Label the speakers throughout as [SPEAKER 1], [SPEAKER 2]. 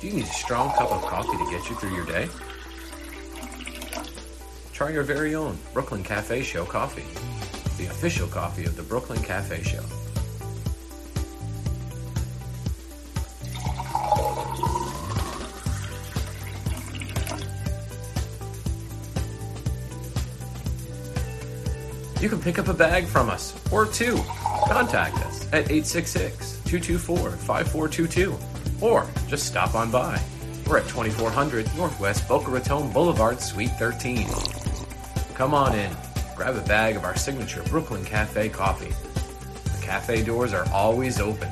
[SPEAKER 1] Do you need a strong cup of coffee to get you through your day? Try your very own Brooklyn Cafe Show coffee, the official coffee of the Brooklyn Cafe Show. You can pick up a bag from us or two. Contact us at 866 224 5422 or just stop on by. We're at 2400 Northwest Boca Raton Boulevard, Suite 13. Come on in, grab a bag of our signature Brooklyn Cafe coffee. The cafe doors are always open.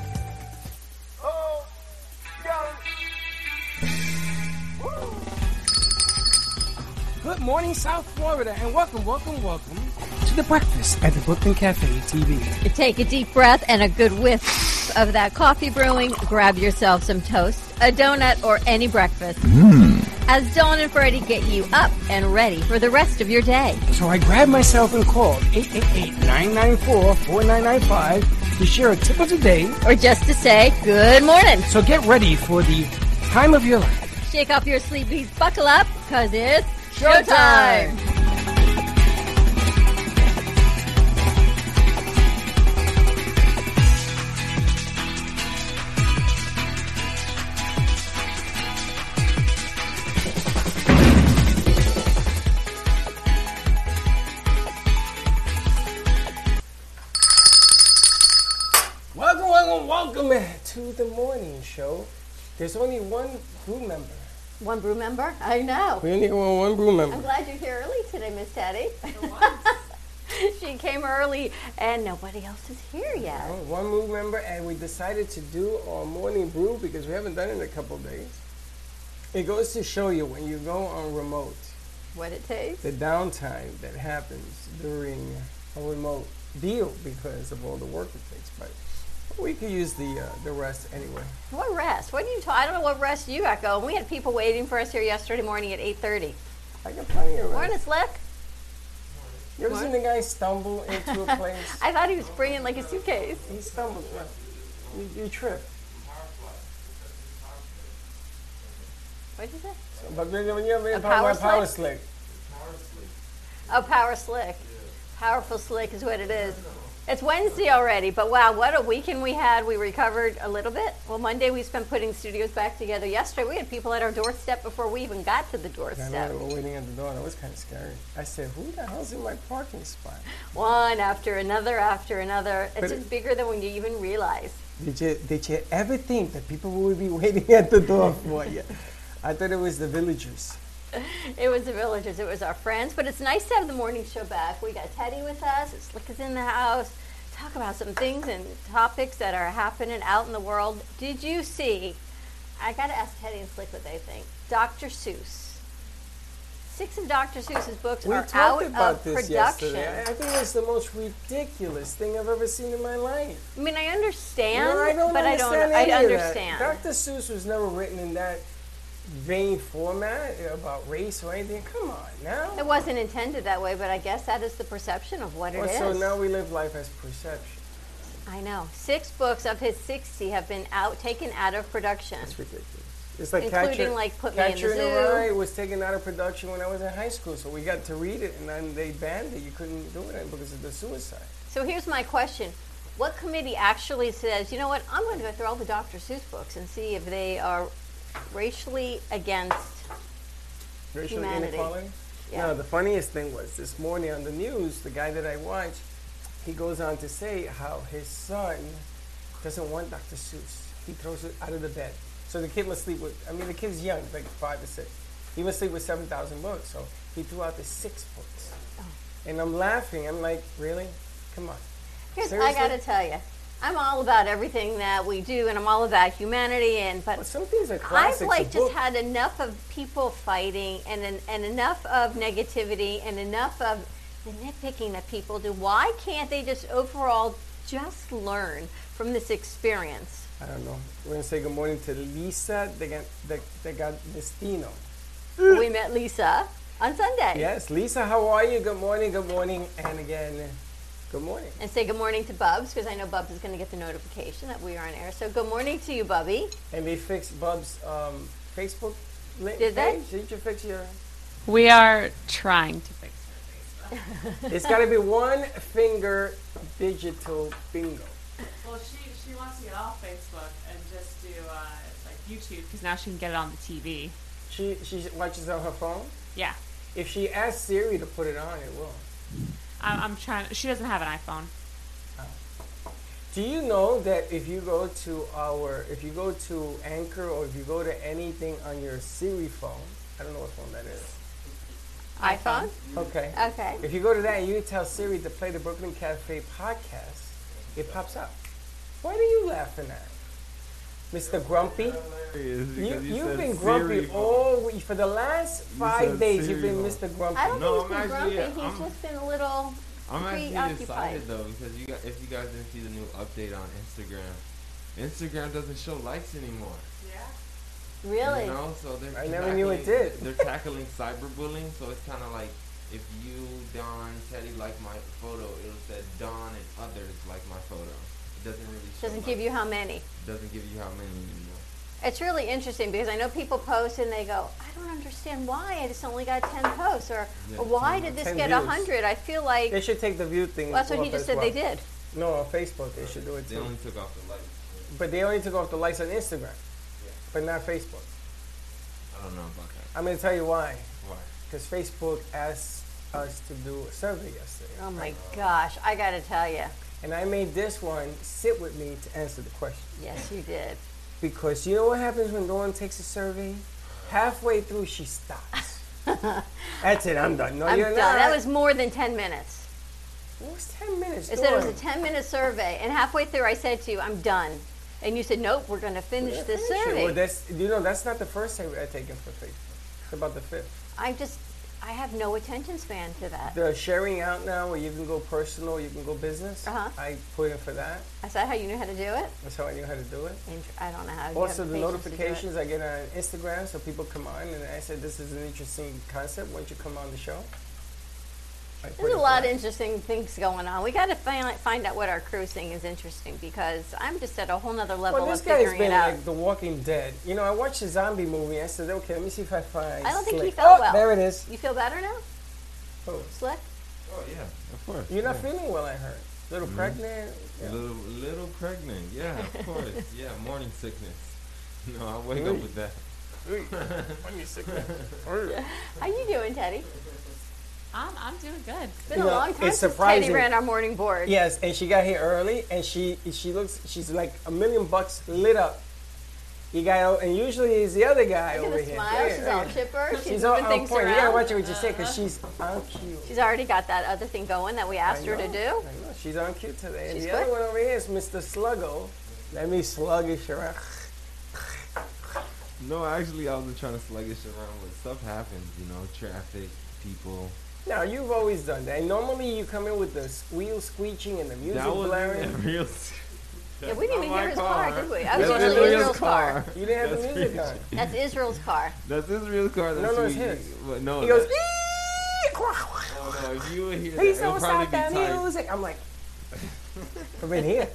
[SPEAKER 2] Good morning, South Florida, and welcome, welcome, welcome to the breakfast at the Brooklyn Cafe TV.
[SPEAKER 3] You Take a deep breath and a good whiff of that coffee brewing. Grab yourself some toast, a donut, or any breakfast. As Dawn and Freddie get you up and ready for the rest of your day.
[SPEAKER 2] So I grabbed myself and called 888-994-4995 to share a tip of the day.
[SPEAKER 3] Or just to say, good morning.
[SPEAKER 2] So get ready for the time of your life.
[SPEAKER 3] Shake off your sleepies, buckle up, because it's showtime.
[SPEAKER 2] Welcome, welcome, welcome to the morning show. There's only one crew member.
[SPEAKER 3] One brew member? I know.
[SPEAKER 2] We only want one crew member.
[SPEAKER 3] I'm glad you're here early today, Miss Teddy. she came early and nobody else is here yet.
[SPEAKER 2] Oh, One crew member, and we decided to do our morning brew because we haven't done it in a couple of days. It goes to show you when you go on remote,
[SPEAKER 3] What it takes?
[SPEAKER 2] the downtime that happens during a remote deal because of all the work it takes. But we could use the uh, the rest anyway.
[SPEAKER 3] What rest? What do you? T- I don't know what rest you got going. We had people waiting for us here yesterday morning at eight thirty.
[SPEAKER 2] I got plenty of
[SPEAKER 3] Morning,
[SPEAKER 2] rest.
[SPEAKER 3] Slick.
[SPEAKER 2] You ever seen the guy stumble into a place?
[SPEAKER 3] I thought he was bringing like a suitcase.
[SPEAKER 2] he stumbled. right? You, you trip.
[SPEAKER 3] What did you say?
[SPEAKER 2] So, but when you- when you're
[SPEAKER 3] A
[SPEAKER 2] in
[SPEAKER 3] power
[SPEAKER 2] power,
[SPEAKER 3] slick?
[SPEAKER 2] power slick,
[SPEAKER 3] Oh, power slick. Powerful slick is what it is. It's Wednesday already, but wow, what a weekend we had. We recovered a little bit. Well, Monday we spent putting studios back together. Yesterday we had people at our doorstep before we even got to the
[SPEAKER 2] I know
[SPEAKER 3] doorstep.
[SPEAKER 2] they were waiting at the door. That was kind of scary. I said, "Who the hell's in my parking spot?"
[SPEAKER 3] One after another after another. It's
[SPEAKER 2] But
[SPEAKER 3] just bigger than when you even realize.
[SPEAKER 2] Did you did you ever think that people would be waiting at the door for you? I thought it was the villagers.
[SPEAKER 3] It was the villagers. It was our friends. But it's nice to have the morning show back. We got Teddy with us. Slick is in the house. Talk about some things and topics that are happening out in the world. Did you see? I got to ask Teddy and Slick what they think. Dr. Seuss. Six of Dr. Seuss's books
[SPEAKER 2] We
[SPEAKER 3] are out
[SPEAKER 2] talked
[SPEAKER 3] of
[SPEAKER 2] about this
[SPEAKER 3] uh, production.
[SPEAKER 2] yesterday. I I think it's the most ridiculous thing I've ever seen in my life.
[SPEAKER 3] I mean, I understand,
[SPEAKER 2] No, I don't
[SPEAKER 3] but I
[SPEAKER 2] understand
[SPEAKER 3] don't. I
[SPEAKER 2] any of that.
[SPEAKER 3] understand.
[SPEAKER 2] Dr. Seuss was never written in that vain format about race or anything. Come on now.
[SPEAKER 3] It wasn't intended that way, but I guess that is the perception of what it
[SPEAKER 2] Well,
[SPEAKER 3] is.
[SPEAKER 2] so now we live life as perception.
[SPEAKER 3] I know. Six books of his 60 have been out taken out of production.
[SPEAKER 2] It's ridiculous. It's like
[SPEAKER 3] Including,
[SPEAKER 2] Catcher,
[SPEAKER 3] like, Put Me in the
[SPEAKER 2] Catcher
[SPEAKER 3] Zoo.
[SPEAKER 2] Rye was taken out of production when I was in high school, so we got to read it, and then they banned it. You couldn't do it because of the suicide.
[SPEAKER 3] So here's my question. What committee actually says, you know what, I'm going to go through all the Dr. Seuss books and see if they are racially against?
[SPEAKER 2] Racial
[SPEAKER 3] Humanity.
[SPEAKER 2] inequality.
[SPEAKER 3] Yeah.
[SPEAKER 2] No, the funniest thing was this morning on the news, the guy that I watch, he goes on to say how his son doesn't want Dr. Seuss. He throws it out of the bed. So the kid must sleep with, I mean, the kid's young, like five or six. He must sleep with 7,000 books, so he threw out the six books.
[SPEAKER 3] Oh.
[SPEAKER 2] And I'm laughing. I'm like, really? Come on.
[SPEAKER 3] Here's, I
[SPEAKER 2] Seriously?
[SPEAKER 3] got to tell you, I'm all about everything that we do, and I'm all about humanity. And but
[SPEAKER 2] Well, some things are classics.
[SPEAKER 3] I've
[SPEAKER 2] a
[SPEAKER 3] like just
[SPEAKER 2] book.
[SPEAKER 3] had enough of people fighting and en- and enough of negativity and enough of the nitpicking that people do. Why can't they just overall just learn from this experience?
[SPEAKER 2] I don't know. We're gonna say good morning to Lisa de, Gan- de, de Gandestino. Mm.
[SPEAKER 3] we met Lisa on Sunday.
[SPEAKER 2] Yes, Lisa, how are you? Good morning, good morning, and again, Good morning.
[SPEAKER 3] and say good morning to Bubs because I know Bubs is going to get the notification that we are on air. So good morning to you, Bubby.
[SPEAKER 2] And they fixed Bub's um, Facebook link
[SPEAKER 3] Did they?
[SPEAKER 2] page. Did you fix your?
[SPEAKER 4] We are trying to fix it.
[SPEAKER 2] It's got to be one finger digital bingo.
[SPEAKER 5] Well, she she wants to get off Facebook and just do uh, like YouTube because now she can get it on the TV.
[SPEAKER 2] She she watches on her phone.
[SPEAKER 5] Yeah,
[SPEAKER 2] If she asks Siri to put it on, it will.
[SPEAKER 5] I'm, I'm trying. She doesn't have an iPhone.
[SPEAKER 2] Do you know that if you go to our, if you go to Anchor or if you go to anything on your Siri phone, I don't know what phone that is.
[SPEAKER 3] iPhone.
[SPEAKER 2] Okay.
[SPEAKER 3] Okay.
[SPEAKER 2] If you go to that and you tell Siri to play the Brooklyn Cafe podcast, it pops up. Why are you laughing at? Mr. Grumpy? You,
[SPEAKER 6] You,
[SPEAKER 2] have been grumpy all week. For the last five
[SPEAKER 6] said
[SPEAKER 2] days, you've been
[SPEAKER 6] cereal.
[SPEAKER 2] Mr. Grumpy.
[SPEAKER 3] I don't
[SPEAKER 6] No,
[SPEAKER 3] think he's
[SPEAKER 6] I'm
[SPEAKER 3] been
[SPEAKER 6] actually-
[SPEAKER 3] grumpy. He's
[SPEAKER 6] I'm-
[SPEAKER 3] just been a little.
[SPEAKER 6] I'm actually
[SPEAKER 3] preoccupied.
[SPEAKER 6] excited though because you got, if you guys didn't see the new update on Instagram, Instagram doesn't show likes anymore.
[SPEAKER 3] Really?
[SPEAKER 6] You know, so they're
[SPEAKER 2] I never knew it
[SPEAKER 6] tackling-
[SPEAKER 2] did.
[SPEAKER 6] They're tackling cyberbullying, so it's kind of like if you Don Teddy like my photo, it'll say Don and others like my photo. It doesn't really show
[SPEAKER 3] Doesn't give you how many.
[SPEAKER 6] doesn't give you how many anymore.
[SPEAKER 3] It's really interesting because I know people post and they go, I don't understand why I just only got 10 posts, or
[SPEAKER 6] Yeah,
[SPEAKER 3] why
[SPEAKER 6] ten-
[SPEAKER 3] did this
[SPEAKER 2] 10
[SPEAKER 3] get a
[SPEAKER 2] views.
[SPEAKER 3] 100? I feel like
[SPEAKER 2] They should take the view thing.
[SPEAKER 3] well, that's what he
[SPEAKER 2] off
[SPEAKER 3] just
[SPEAKER 2] as
[SPEAKER 3] said
[SPEAKER 2] well.
[SPEAKER 3] they did.
[SPEAKER 2] No, on Facebook, they should do it
[SPEAKER 6] They
[SPEAKER 2] too.
[SPEAKER 6] only took off the likes.
[SPEAKER 2] But they only took off the likes on Instagram, but not Facebook.
[SPEAKER 6] I don't know about that.
[SPEAKER 2] I'm going to tell you why.
[SPEAKER 6] Why?
[SPEAKER 2] Because Facebook asked us to do a survey yesterday.
[SPEAKER 3] Oh my gosh, I got to tell you.
[SPEAKER 2] And I made this one sit with me to answer the question.
[SPEAKER 3] Yes, you did.
[SPEAKER 2] Because you know what happens when Dawn takes a survey? Halfway through, she stops. That's it, I'm done. No,
[SPEAKER 3] I'm
[SPEAKER 2] you're
[SPEAKER 3] done.
[SPEAKER 2] not.
[SPEAKER 3] That was more than 10 minutes.
[SPEAKER 2] it was 10 minutes.
[SPEAKER 3] It said it was
[SPEAKER 2] Dawn.
[SPEAKER 3] a 10 minute survey, and halfway through I said to you, I'm done. And you said, Nope, we're going to finish this
[SPEAKER 2] Sure,
[SPEAKER 3] survey.
[SPEAKER 2] Well, that's, you know, that's not the first survey I've taken for Facebook. It's about the fifth.
[SPEAKER 3] I just, I have no attention span to that.
[SPEAKER 2] The sharing out now where you can go personal, you can go business.
[SPEAKER 3] Uh-huh.
[SPEAKER 2] I put in for that.
[SPEAKER 3] Is that how you knew how to do it?
[SPEAKER 2] That's how I knew how to do it.
[SPEAKER 3] Int- I don't know how. you
[SPEAKER 2] Also,
[SPEAKER 3] have patience
[SPEAKER 2] the
[SPEAKER 3] to do it.
[SPEAKER 2] notifications I get on Instagram, so people come on, and I said, "This is an interesting concept. Why don't you come on the show?" I put
[SPEAKER 3] There's
[SPEAKER 2] it
[SPEAKER 3] a
[SPEAKER 2] for
[SPEAKER 3] lot of
[SPEAKER 2] that.
[SPEAKER 3] interesting things going on. We got to find, find out what our cruising is interesting because I'm just at a whole nother level
[SPEAKER 2] Well, this
[SPEAKER 3] of
[SPEAKER 2] guy's
[SPEAKER 3] figuring
[SPEAKER 2] been
[SPEAKER 3] it out.
[SPEAKER 2] like The Walking Dead. You know, I watched a zombie movie. I said, "Okay, let me see if I find."
[SPEAKER 3] I don't think he
[SPEAKER 2] Slick."
[SPEAKER 3] felt
[SPEAKER 2] oh,
[SPEAKER 3] well.
[SPEAKER 2] There it is.
[SPEAKER 3] you feel better now,
[SPEAKER 2] Oh,
[SPEAKER 3] Slick?
[SPEAKER 6] Oh yeah, of course.
[SPEAKER 2] you're not feeling well. I heard. Little pregnant.
[SPEAKER 6] A
[SPEAKER 2] Yeah.
[SPEAKER 6] little, little pregnant. Yeah, of course. yeah, morning sickness. No, I wake up with that.
[SPEAKER 3] How you doing, Teddy?
[SPEAKER 4] I'm, I'm doing good.
[SPEAKER 3] It's been a
[SPEAKER 2] You know,
[SPEAKER 3] long time
[SPEAKER 2] it's
[SPEAKER 3] since
[SPEAKER 2] surprising.
[SPEAKER 3] Teddy ran our morning board.
[SPEAKER 2] Yes, and she got here early, and she she looks she's like a million bucks lit up. You got and usually it's the other guy
[SPEAKER 3] Look
[SPEAKER 2] over
[SPEAKER 3] at the
[SPEAKER 2] here.
[SPEAKER 3] smile.
[SPEAKER 2] Yeah,
[SPEAKER 3] She's
[SPEAKER 2] yeah.
[SPEAKER 3] all chipper. She's,
[SPEAKER 2] She's on,
[SPEAKER 3] moving
[SPEAKER 2] on
[SPEAKER 3] things
[SPEAKER 2] point. You
[SPEAKER 3] around.
[SPEAKER 2] gotta watch what you just say because she's on cue.
[SPEAKER 3] She's already got that other thing going that we asked her to
[SPEAKER 2] I
[SPEAKER 3] do.
[SPEAKER 2] know, I know, She's on cue today. And
[SPEAKER 3] She's
[SPEAKER 2] the
[SPEAKER 3] good.
[SPEAKER 2] other one over here is Mr. Sluggo. Let me sluggish around.
[SPEAKER 6] No, actually, I was trying to sluggish around with stuff happens. You know, traffic, people.
[SPEAKER 2] Now you've always done that. And normally you come in with the squeal screeching and the music
[SPEAKER 6] that was
[SPEAKER 2] blaring.
[SPEAKER 6] real.
[SPEAKER 3] Yeah, we didn't even hear his car, did we? I was
[SPEAKER 6] That's
[SPEAKER 3] listening to
[SPEAKER 6] Israel's
[SPEAKER 3] Israel's car.
[SPEAKER 2] You didn't have the
[SPEAKER 6] That's
[SPEAKER 2] music on.
[SPEAKER 6] crazy.
[SPEAKER 3] That's Israel's car.
[SPEAKER 6] That's his real car. That's
[SPEAKER 2] no,
[SPEAKER 6] who
[SPEAKER 2] it's
[SPEAKER 6] you-
[SPEAKER 2] his.
[SPEAKER 6] Well, no,
[SPEAKER 2] He goes,
[SPEAKER 6] that- oh, no, if you were here,
[SPEAKER 2] "Please
[SPEAKER 6] that, it
[SPEAKER 2] don't
[SPEAKER 6] would probably
[SPEAKER 2] stop
[SPEAKER 6] be
[SPEAKER 2] that
[SPEAKER 6] tight.
[SPEAKER 2] music." I'm like, I'm in here.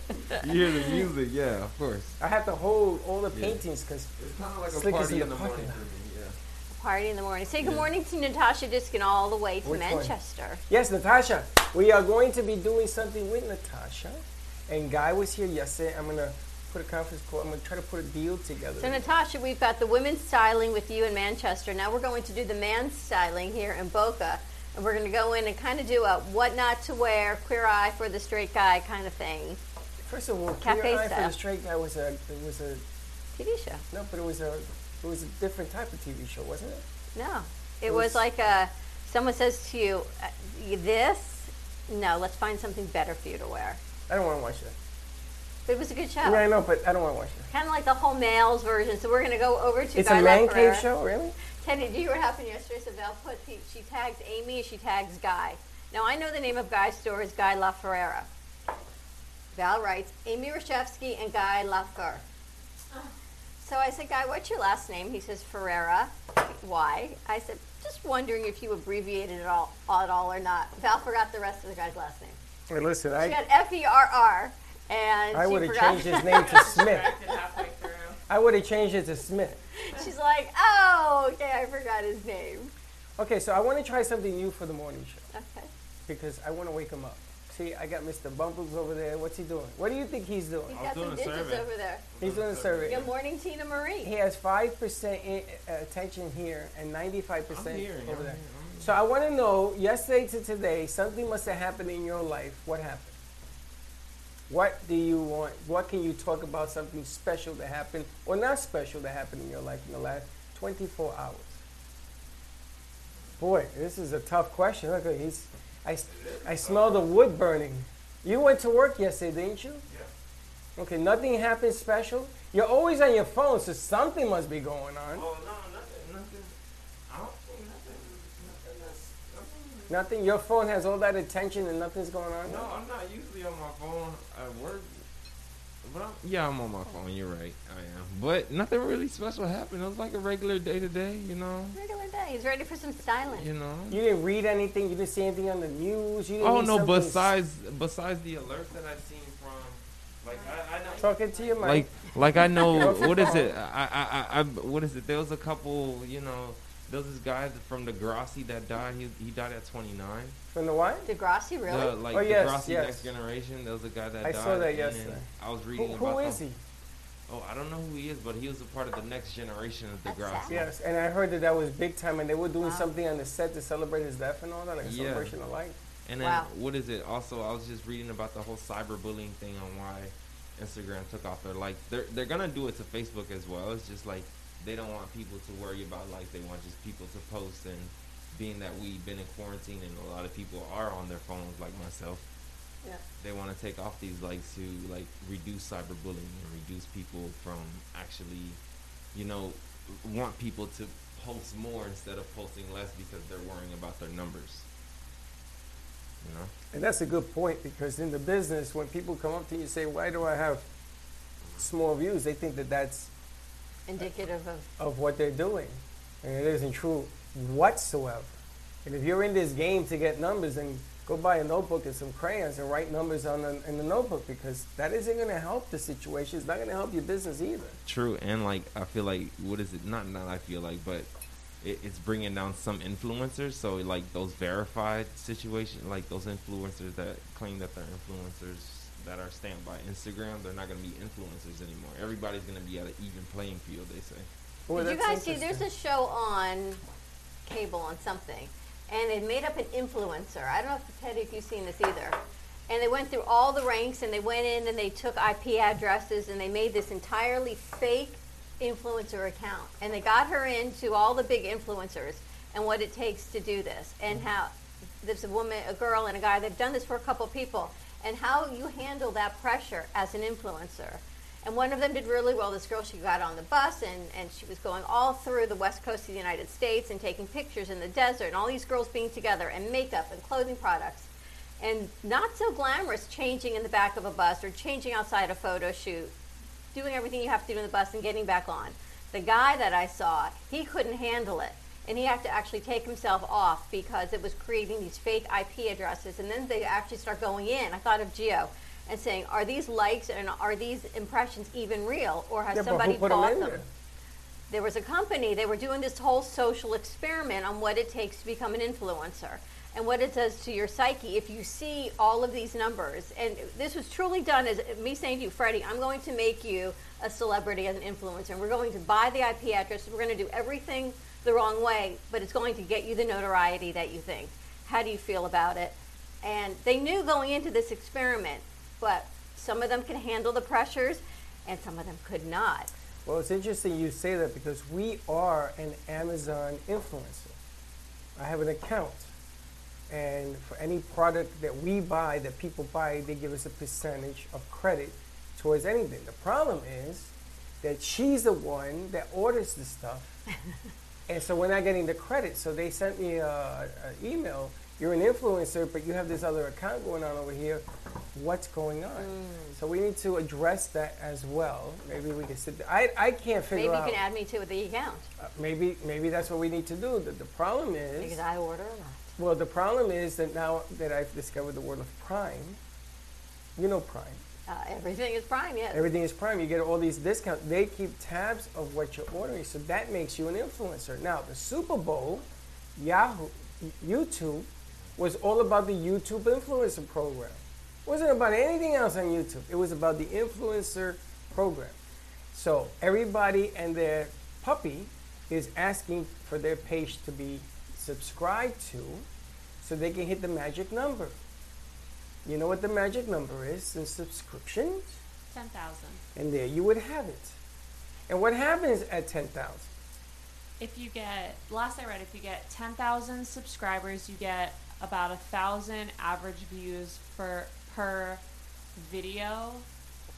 [SPEAKER 6] You hear the music, yeah, of course.
[SPEAKER 2] I have to hold all the
[SPEAKER 6] Yeah.
[SPEAKER 2] paintings because
[SPEAKER 6] It's kind of like
[SPEAKER 2] Slick
[SPEAKER 6] a
[SPEAKER 2] is
[SPEAKER 6] party
[SPEAKER 2] in
[SPEAKER 6] in,
[SPEAKER 2] the
[SPEAKER 6] the
[SPEAKER 2] parking
[SPEAKER 6] morning
[SPEAKER 2] lot.
[SPEAKER 6] for me. Yeah.
[SPEAKER 3] Party in the morning. Say good morning to Natasha Diskin all the way to
[SPEAKER 2] Which one?
[SPEAKER 3] Manchester.
[SPEAKER 2] Yes, Natasha. We are going to be doing something with Natasha. And Guy was here yesterday. I'm gonna put a conference call. I'm gonna try to put a deal together.
[SPEAKER 3] So Natasha, we've got the women's styling with you in Manchester. Now we're going to do the man's styling here in Boca, and we're going to go in and kind of do a what not to wear, queer eye for the straight guy kind of thing.
[SPEAKER 2] First of all,
[SPEAKER 3] Cafe
[SPEAKER 2] Queer Eye for the
[SPEAKER 3] style.
[SPEAKER 2] Straight Guy was a it was a
[SPEAKER 3] TV show?
[SPEAKER 2] no, but it was a it was a different type of TV show, wasn't it?
[SPEAKER 3] No, it was like a someone says to you, uh, this. No, let's find something better for you to wear.
[SPEAKER 2] I don't want to watch that.
[SPEAKER 3] But it was a good show.
[SPEAKER 2] Yeah, I know, but I don't want to watch that.
[SPEAKER 3] Kind of like the whole males version. So we're going to go over to
[SPEAKER 2] It's
[SPEAKER 3] Guy
[SPEAKER 2] a man
[SPEAKER 3] Lafferre.
[SPEAKER 2] cave show, really?
[SPEAKER 3] Teddy, do you hear what happened yesterday? So Val put the, she tags Amy and she tags Guy. Now I know the name of Guy's store is Guy La Ferrera. Val writes Amy Rashevsky and Guy Laffer. So I said, Guy, what's your last name? He says Ferrera. Why? I said, just wondering if you abbreviated it all at all or not. Val forgot the rest of the guy's last name.
[SPEAKER 2] Hey, listen,
[SPEAKER 3] She
[SPEAKER 2] I,
[SPEAKER 3] got F E R R, and
[SPEAKER 2] I
[SPEAKER 3] she
[SPEAKER 2] would have
[SPEAKER 3] forgot.
[SPEAKER 2] changed his name to Smith.
[SPEAKER 5] Distracted halfway through.
[SPEAKER 2] I would have changed it to Smith.
[SPEAKER 3] She's like, oh, okay, I forgot his name.
[SPEAKER 2] Okay, so I want to try something new for the morning show.
[SPEAKER 3] Okay.
[SPEAKER 2] because I want to wake him up. See, I got Mr. Bumbles over there. What's he doing? What do you think he's doing?
[SPEAKER 3] He's
[SPEAKER 6] I was
[SPEAKER 3] got
[SPEAKER 6] doing
[SPEAKER 3] some
[SPEAKER 6] a
[SPEAKER 3] dishes
[SPEAKER 6] survey.
[SPEAKER 3] over there.
[SPEAKER 2] He's doing a survey.
[SPEAKER 3] Good morning, Tina Marie.
[SPEAKER 2] He has five percent uh, attention here and ninety-five
[SPEAKER 6] I'm
[SPEAKER 2] percent
[SPEAKER 6] here. I'm
[SPEAKER 2] over
[SPEAKER 6] here,
[SPEAKER 2] there.
[SPEAKER 6] I'm
[SPEAKER 2] So I want to know, yesterday to today, something must have happened in your life. What happened? What do you want? What can you talk about? Something special that happened or not special that happened in your life in the last twenty-four hours? Boy, this is a tough question. Look, he's. I, s- I smell the wood burning. You went to work yesterday, didn't you? Okay, nothing happened special. You're always on your phone, so something must be going on.
[SPEAKER 6] Oh no, nothing, nothing. I don't think nothing, nothing that's. nothing-
[SPEAKER 2] Nothing. Your phone has all that attention and nothing's going on.
[SPEAKER 6] No, I'm not usually on my phone at work. But I'm, yeah, I'm on my phone. You're right, I am. But nothing really special happened. It was like a regular day to day, you know.
[SPEAKER 3] Regular day. He's ready for some styling.
[SPEAKER 6] You know.
[SPEAKER 2] You didn't read anything. You didn't see anything on the news. You didn't
[SPEAKER 6] Oh
[SPEAKER 2] read
[SPEAKER 6] no!
[SPEAKER 2] something s-
[SPEAKER 6] Besides, besides the alerts that I've seen from, like I, I know.
[SPEAKER 2] talking to your mic.
[SPEAKER 6] like like I know what is it? I, I I I what is it? There was a couple, you know, there was this guy th- from Degrassi that died. He he died at 29.
[SPEAKER 2] from the what?
[SPEAKER 3] Degrassi, really?
[SPEAKER 6] The, like
[SPEAKER 2] Oh, yes,
[SPEAKER 6] Degrassi
[SPEAKER 2] yes.
[SPEAKER 6] Next Generation. There was a guy that
[SPEAKER 2] I
[SPEAKER 6] died.
[SPEAKER 2] saw that
[SPEAKER 6] and then
[SPEAKER 2] yesterday.
[SPEAKER 6] I was
[SPEAKER 2] Who,
[SPEAKER 6] reading
[SPEAKER 2] who
[SPEAKER 6] about
[SPEAKER 2] is
[SPEAKER 6] some-
[SPEAKER 2] he?
[SPEAKER 6] Oh, I don't know who he is, but he was a part of the next generation of
[SPEAKER 3] That's
[SPEAKER 6] Degrassi.
[SPEAKER 3] sad.
[SPEAKER 2] Yes, and I heard that that was big time, and they were doing
[SPEAKER 3] Wow.
[SPEAKER 2] something on the set to celebrate his death and all that, like a
[SPEAKER 6] Yeah.
[SPEAKER 2] celebration of life.
[SPEAKER 6] And then
[SPEAKER 3] Wow.
[SPEAKER 6] what is it? Also, I was just reading about the whole cyberbullying thing on why Instagram took off. They're like they're they're gonna do it to Facebook as well. It's just like they don't want people to worry about like they want just people to post and being that we've been in quarantine and a lot of people are on their phones like myself.
[SPEAKER 3] Yeah.
[SPEAKER 6] They want to take off these likes to like reduce cyberbullying and reduce people from actually, you know, want people to post more instead of posting less because they're worrying about their numbers. You know.
[SPEAKER 2] And that's a good point because in the business, when people come up to you and say, "Why do I have small views?" they think that that's
[SPEAKER 3] Indicative of
[SPEAKER 2] of what they're doing. And it isn't true whatsoever. And if you're in this game to get numbers, then go buy a notebook and some crayons and write numbers on the, in the notebook because that isn't going to help the situation. It's not going to help your business either.
[SPEAKER 6] True, and like I feel like what is it? Not not I feel like, but it, it's bringing down some influencers. So like those verified situation, like those influencers that claim that they're influencers that are stamped by Instagram, they're not gonna be influencers anymore. Everybody's gonna be at an even playing field. They say.
[SPEAKER 2] Boy,
[SPEAKER 3] Did you
[SPEAKER 2] that's
[SPEAKER 3] guys see? There's
[SPEAKER 2] interesting.
[SPEAKER 3] a show on cable on something, and they made up an influencer. I don't know if Teddy, if you've seen this either. And they went through all the ranks, and they went in and they took IP addresses, and they made this entirely fake influencer account, and they got her into all the big influencers and what it takes to do this,
[SPEAKER 2] Mm-hmm.
[SPEAKER 3] and how there's a woman, a girl, and a guy. They've done this for a couple people, and how you handle that pressure as an influencer. And one of them did really well. This girl, she got on the bus and, and she was going all through the west coast of the United States and taking pictures in the desert and all these girls being together and makeup and clothing products. And not so glamorous changing in the back of a bus or changing outside a photo shoot, doing everything you have to do in the bus and getting back on. The guy that I saw, he couldn't handle it. And he had to actually take himself off because it was creating these fake IP addresses. And then they actually start going in. I thought of Geo and saying, are these likes and are these impressions even real? Or has
[SPEAKER 2] Yeah, but who
[SPEAKER 3] somebody
[SPEAKER 2] put 'em
[SPEAKER 3] bought
[SPEAKER 2] in
[SPEAKER 3] them?
[SPEAKER 2] there?
[SPEAKER 3] there was a company they were doing this whole social experiment on what it takes to become an influencer and what it does to your psyche if you see all of these numbers and this was truly done as me saying to you freddie i'm going to make you a celebrity as an influencer and we're going to buy the ip address we're going to do everything the wrong way but it's going to get you the notoriety that you think how do you feel about it and they knew going into this experiment but some of them could handle the pressures and some of them could not
[SPEAKER 2] Well, it's interesting you say that because we are an Amazon influencer. I have an account, and for any product that we buy, that people buy, they give us a percentage of credit towards anything. The problem is that she's the one that orders the stuff, and so we're not getting the credit. So they sent me an email. You're an influencer, but you have this other account going on over here. What's going on?
[SPEAKER 3] Mm.
[SPEAKER 2] So we need to address that as well. Maybe we can sit. There. I I can't
[SPEAKER 3] Maybe you
[SPEAKER 2] figure out.
[SPEAKER 3] can add me to the account
[SPEAKER 2] Uh, maybe maybe that's what we need to do. The, the problem is
[SPEAKER 3] because I order a lot.
[SPEAKER 2] Well, the problem is that now that I've discovered the word of prime, you know prime.
[SPEAKER 3] Uh, everything is prime, yes.
[SPEAKER 2] Everything is prime. You get all these discounts. They keep tabs of what you're ordering, so that makes you an influencer. Now, the Super Bowl, Yahoo, YouTube, was all about the YouTube influencer program. It wasn't about anything else on YouTube. It was about the influencer program. So everybody and their puppy is asking for their page to be subscribed to, so they can hit the magic number. You know what the magic number is in subscriptions?
[SPEAKER 5] 10,000.
[SPEAKER 2] And there you would have it. And what happens at 10,000?
[SPEAKER 5] If you get, last I read, if you get 10,000 subscribers, you get about a thousand average views for per video,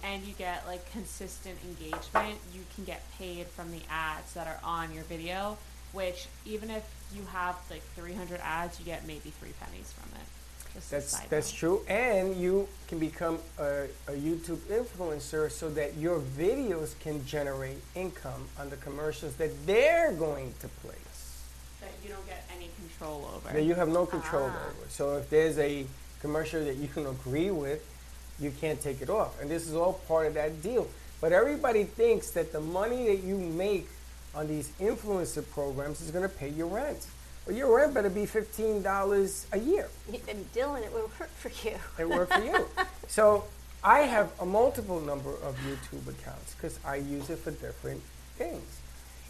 [SPEAKER 5] and you get like consistent engagement. You can get paid from the ads that are on your video, which even if you have like 300 ads, you get maybe three pennies from it. Just a
[SPEAKER 2] That's
[SPEAKER 5] side
[SPEAKER 2] that's
[SPEAKER 5] note.
[SPEAKER 2] true. And you can become a, a YouTube influencer so that your videos can generate income on the commercials that they're going to place.
[SPEAKER 5] that you don't get any control over.
[SPEAKER 2] that you have no control over. So if there's a commercial that you can agree with, you can't take it off. And this is all part of that deal. But everybody thinks that the money that you make on these influencer programs is going to pay your rent. Well, your rent better be $15 a year.
[SPEAKER 3] And Dylan, it will work for you.
[SPEAKER 2] It worked for you. So I have a multiple number of YouTube accounts because I use it for different things.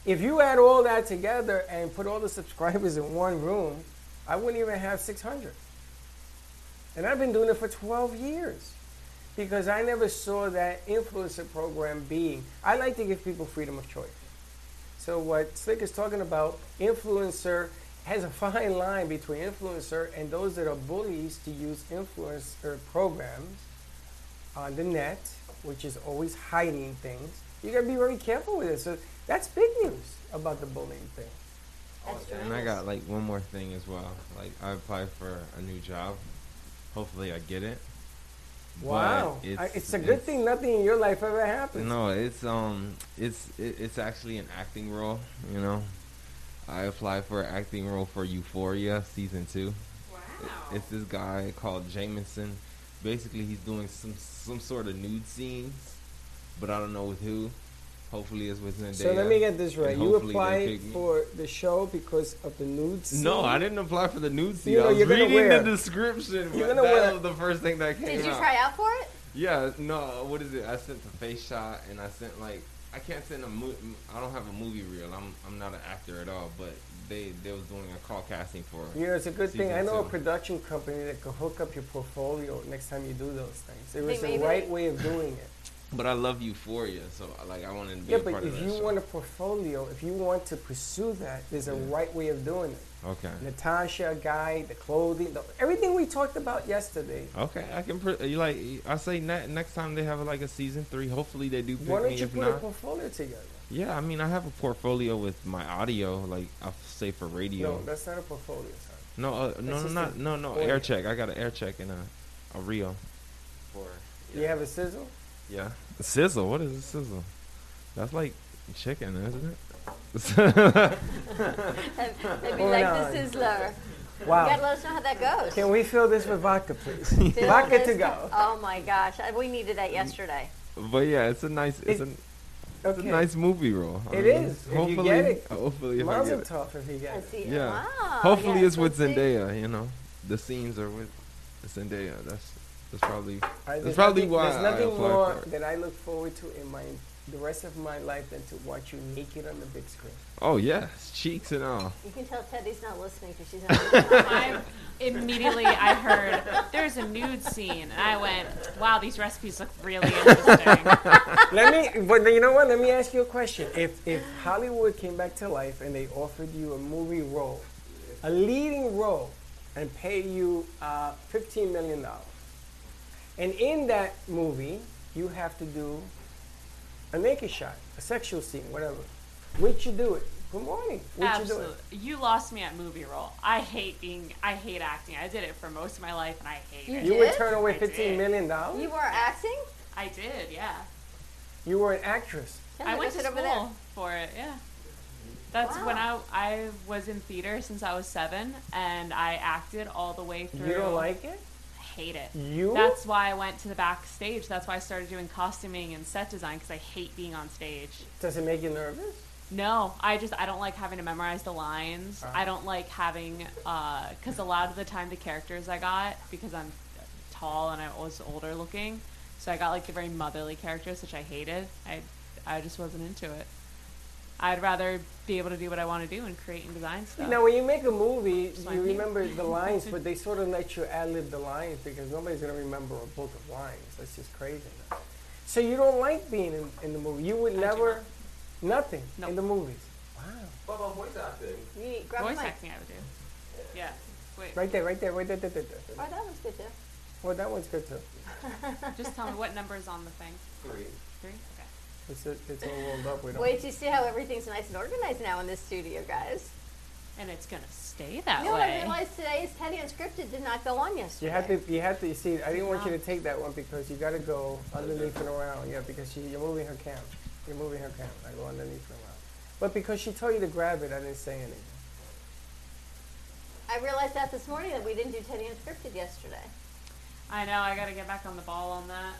[SPEAKER 2] If you add all that together and put all the subscribers in one room, I wouldn't even have 600. And I've been doing it for 12 years because I never saw that influencer program being. I like to give people freedom of choice. So what Slick is talking about, influencer has a fine line between influencer and those that are bullies to use influencer programs on the net, which is always hiding things. You gotta be very careful with it. So that's big news about the bullying thing.
[SPEAKER 6] And I got like one more thing as well. Like I applied for a new job. Hopefully I get it. But
[SPEAKER 2] Wow, I- it's, a good
[SPEAKER 6] it's-
[SPEAKER 2] thing nothing in your life ever happened.
[SPEAKER 6] No, it's um, it's it, it's actually an acting role. You know, I applied for an acting role for Euphoria season two. Wow. It's this guy called Jamison. Basically, he's doing some some sort of nude scenes, but I don't know with who. Hopefully, it's with Zendaya.
[SPEAKER 2] So let me get this
[SPEAKER 6] and
[SPEAKER 2] right. You
[SPEAKER 6] hopefully they
[SPEAKER 2] applied
[SPEAKER 6] pick me.
[SPEAKER 2] for the show because of the nudes.
[SPEAKER 6] No, I didn't apply for the nude scene.
[SPEAKER 2] You know,
[SPEAKER 6] I was
[SPEAKER 2] you're gonna
[SPEAKER 6] reading
[SPEAKER 2] wear-
[SPEAKER 6] the description, but
[SPEAKER 2] you're
[SPEAKER 6] that
[SPEAKER 2] gonna wear-
[SPEAKER 6] was the first thing that came
[SPEAKER 3] Did you
[SPEAKER 6] out.
[SPEAKER 3] try out for it?
[SPEAKER 6] Yeah, no. What is it? I sent the face shot, and I sent like I can't send a mo- I don't have a movie reel. I'm I'm not an actor at all. But they they was doing a call casting for. it.
[SPEAKER 2] You know, it's a good thing. I
[SPEAKER 6] Season
[SPEAKER 2] know a
[SPEAKER 6] two.
[SPEAKER 2] production company that could hook up your portfolio next time you do those things. It
[SPEAKER 3] They
[SPEAKER 2] was the
[SPEAKER 3] may be-
[SPEAKER 2] right way of doing it.
[SPEAKER 6] But I love Euphoria, so like I wanted to be
[SPEAKER 2] yeah,
[SPEAKER 6] a part
[SPEAKER 2] but
[SPEAKER 6] of
[SPEAKER 2] if
[SPEAKER 6] that
[SPEAKER 2] you
[SPEAKER 6] show.
[SPEAKER 2] want a portfolio, if you want to pursue that, there's a right way of doing it.
[SPEAKER 6] okay.
[SPEAKER 2] Natasha, Guy, the clothing, the, everything we talked about yesterday.
[SPEAKER 6] Okay, I can. Pre- you like? I say ne- next time they have like a season three. Hopefully they do pick
[SPEAKER 2] Why don't
[SPEAKER 6] me.
[SPEAKER 2] you
[SPEAKER 6] if
[SPEAKER 2] put a
[SPEAKER 6] not,
[SPEAKER 2] portfolio together?
[SPEAKER 6] yeah. I mean, I have a portfolio with my audio. Like I'll say for radio.
[SPEAKER 2] No, that's not a portfolio, son.
[SPEAKER 6] No, uh, no, no,
[SPEAKER 2] just
[SPEAKER 6] not,
[SPEAKER 2] a
[SPEAKER 6] no, no.
[SPEAKER 2] audio.
[SPEAKER 6] Air check. I got an air check and a, a reel. For
[SPEAKER 2] You have a sizzle?
[SPEAKER 6] yeah. Sizzle. What is a sizzle? That's like chicken, isn't it?
[SPEAKER 3] It'd be
[SPEAKER 2] Hold
[SPEAKER 3] like
[SPEAKER 2] on.
[SPEAKER 3] the sizzler. You gotta
[SPEAKER 2] Wow.
[SPEAKER 3] let us know how that goes.
[SPEAKER 2] Can we fill this with vodka, please?
[SPEAKER 3] Fill
[SPEAKER 2] vodka
[SPEAKER 3] this
[SPEAKER 2] to
[SPEAKER 3] cup-
[SPEAKER 2] go.
[SPEAKER 3] Oh my gosh, I- we needed that yesterday.
[SPEAKER 6] but yeah, it's a nice, it's a,
[SPEAKER 2] It-
[SPEAKER 6] it's a nice movie role. I
[SPEAKER 2] It
[SPEAKER 6] mean,
[SPEAKER 2] is, if you
[SPEAKER 6] Hopefully,
[SPEAKER 2] get it.
[SPEAKER 6] hopefully, if I get
[SPEAKER 2] Mazel
[SPEAKER 6] it.
[SPEAKER 2] tov if you get
[SPEAKER 3] And
[SPEAKER 2] it.
[SPEAKER 3] see,
[SPEAKER 6] Yeah.
[SPEAKER 3] wow.
[SPEAKER 6] hopefully
[SPEAKER 3] yes,
[SPEAKER 6] it's with
[SPEAKER 3] let's see.
[SPEAKER 6] Zendaya. You know, the scenes are with Zendaya. That's that's probably
[SPEAKER 2] I,
[SPEAKER 6] That's
[SPEAKER 2] there's
[SPEAKER 6] probably
[SPEAKER 2] nothing,
[SPEAKER 6] why
[SPEAKER 2] there's
[SPEAKER 6] I
[SPEAKER 2] nothing
[SPEAKER 6] applied
[SPEAKER 2] more
[SPEAKER 6] for it.
[SPEAKER 2] that I look forward to in my the rest of my life than to watch you naked on the big screen.
[SPEAKER 6] oh yes, cheeks and all.
[SPEAKER 3] You can tell Teddy's not listening because she's not.
[SPEAKER 5] I immediately I heard there's a nude scene, and I went, "Wow, these recipes look really interesting."
[SPEAKER 2] Let me, but you know what? Let me ask you a question. If if Hollywood came back to life and they offered you a movie role, a leading role, and pay you uh, fifteen million dollars, and in that movie you have to do a naked shot, a sexual scene, whatever. Would you do it? Good morning. Would you do
[SPEAKER 5] Absolutely,
[SPEAKER 2] it?
[SPEAKER 5] you lost me at movie role. I hate being, I hate acting. I did it for most of my life, and I hate
[SPEAKER 3] You
[SPEAKER 5] it.
[SPEAKER 2] You would
[SPEAKER 3] did?
[SPEAKER 2] turn away
[SPEAKER 5] I did.
[SPEAKER 2] fifteen million dollars.
[SPEAKER 3] you were acting?
[SPEAKER 5] I did, yeah.
[SPEAKER 2] You were an actress.
[SPEAKER 3] Tell
[SPEAKER 5] I
[SPEAKER 3] her
[SPEAKER 5] went to
[SPEAKER 3] sit
[SPEAKER 5] school
[SPEAKER 3] over there.
[SPEAKER 5] for it, yeah.
[SPEAKER 4] That's when I
[SPEAKER 3] Wow.
[SPEAKER 4] I was in theater since I was seven, and I acted all the way through.
[SPEAKER 2] You don't like it?
[SPEAKER 4] Hate it.
[SPEAKER 2] You?
[SPEAKER 4] That's why I went to the backstage. That's why I started doing costuming and set design because I hate being on stage.
[SPEAKER 2] Does it make you nervous?
[SPEAKER 4] No, I just I don't like having to memorize the lines. I don't like having because a lot of the time the characters I got because I'm tall and I was older looking, so I got like the very motherly characters which I hated. I I just wasn't into it. I'd rather be able to do what I want to do and create and design stuff.
[SPEAKER 2] Now, when you make a movie,
[SPEAKER 4] my
[SPEAKER 2] you
[SPEAKER 4] opinion.
[SPEAKER 2] remember the lines, but they sort of let you ad lib the lines because nobody's going to remember a book of lines. That's just crazy. So you don't like being in, in the movie. You would
[SPEAKER 4] do
[SPEAKER 2] never, nothing
[SPEAKER 4] No.
[SPEAKER 2] in the movies.
[SPEAKER 7] Bubba, voice acting.
[SPEAKER 3] You grab
[SPEAKER 4] voice
[SPEAKER 3] the mic.
[SPEAKER 4] acting I would do. Yeah. Wait,
[SPEAKER 2] Right there, right there, right there, there, there, there.
[SPEAKER 3] Oh, that was good too.
[SPEAKER 2] Well, that one's good too.
[SPEAKER 4] just tell me what number is on the thing.
[SPEAKER 7] Three.
[SPEAKER 4] Three. Okay.
[SPEAKER 2] It's, it's all rolled up. We don't.
[SPEAKER 3] Wait till you see how everything's nice and organized now in this studio, guys.
[SPEAKER 4] And it's gonna stay that
[SPEAKER 3] You know what I
[SPEAKER 4] way.
[SPEAKER 3] realized today is Teddy Unscripted did not go on yesterday.
[SPEAKER 2] You had to, you had to. You see, I didn't want you to take that one because you got to go underneath and around. Yeah, because she, you're moving her cam. You're moving her cam. I go underneath and around. But because she told you to grab it, I didn't say anything.
[SPEAKER 3] I realized that this morning that we didn't do Teddy Unscripted yesterday.
[SPEAKER 4] I know. I gotta get back on the ball on that.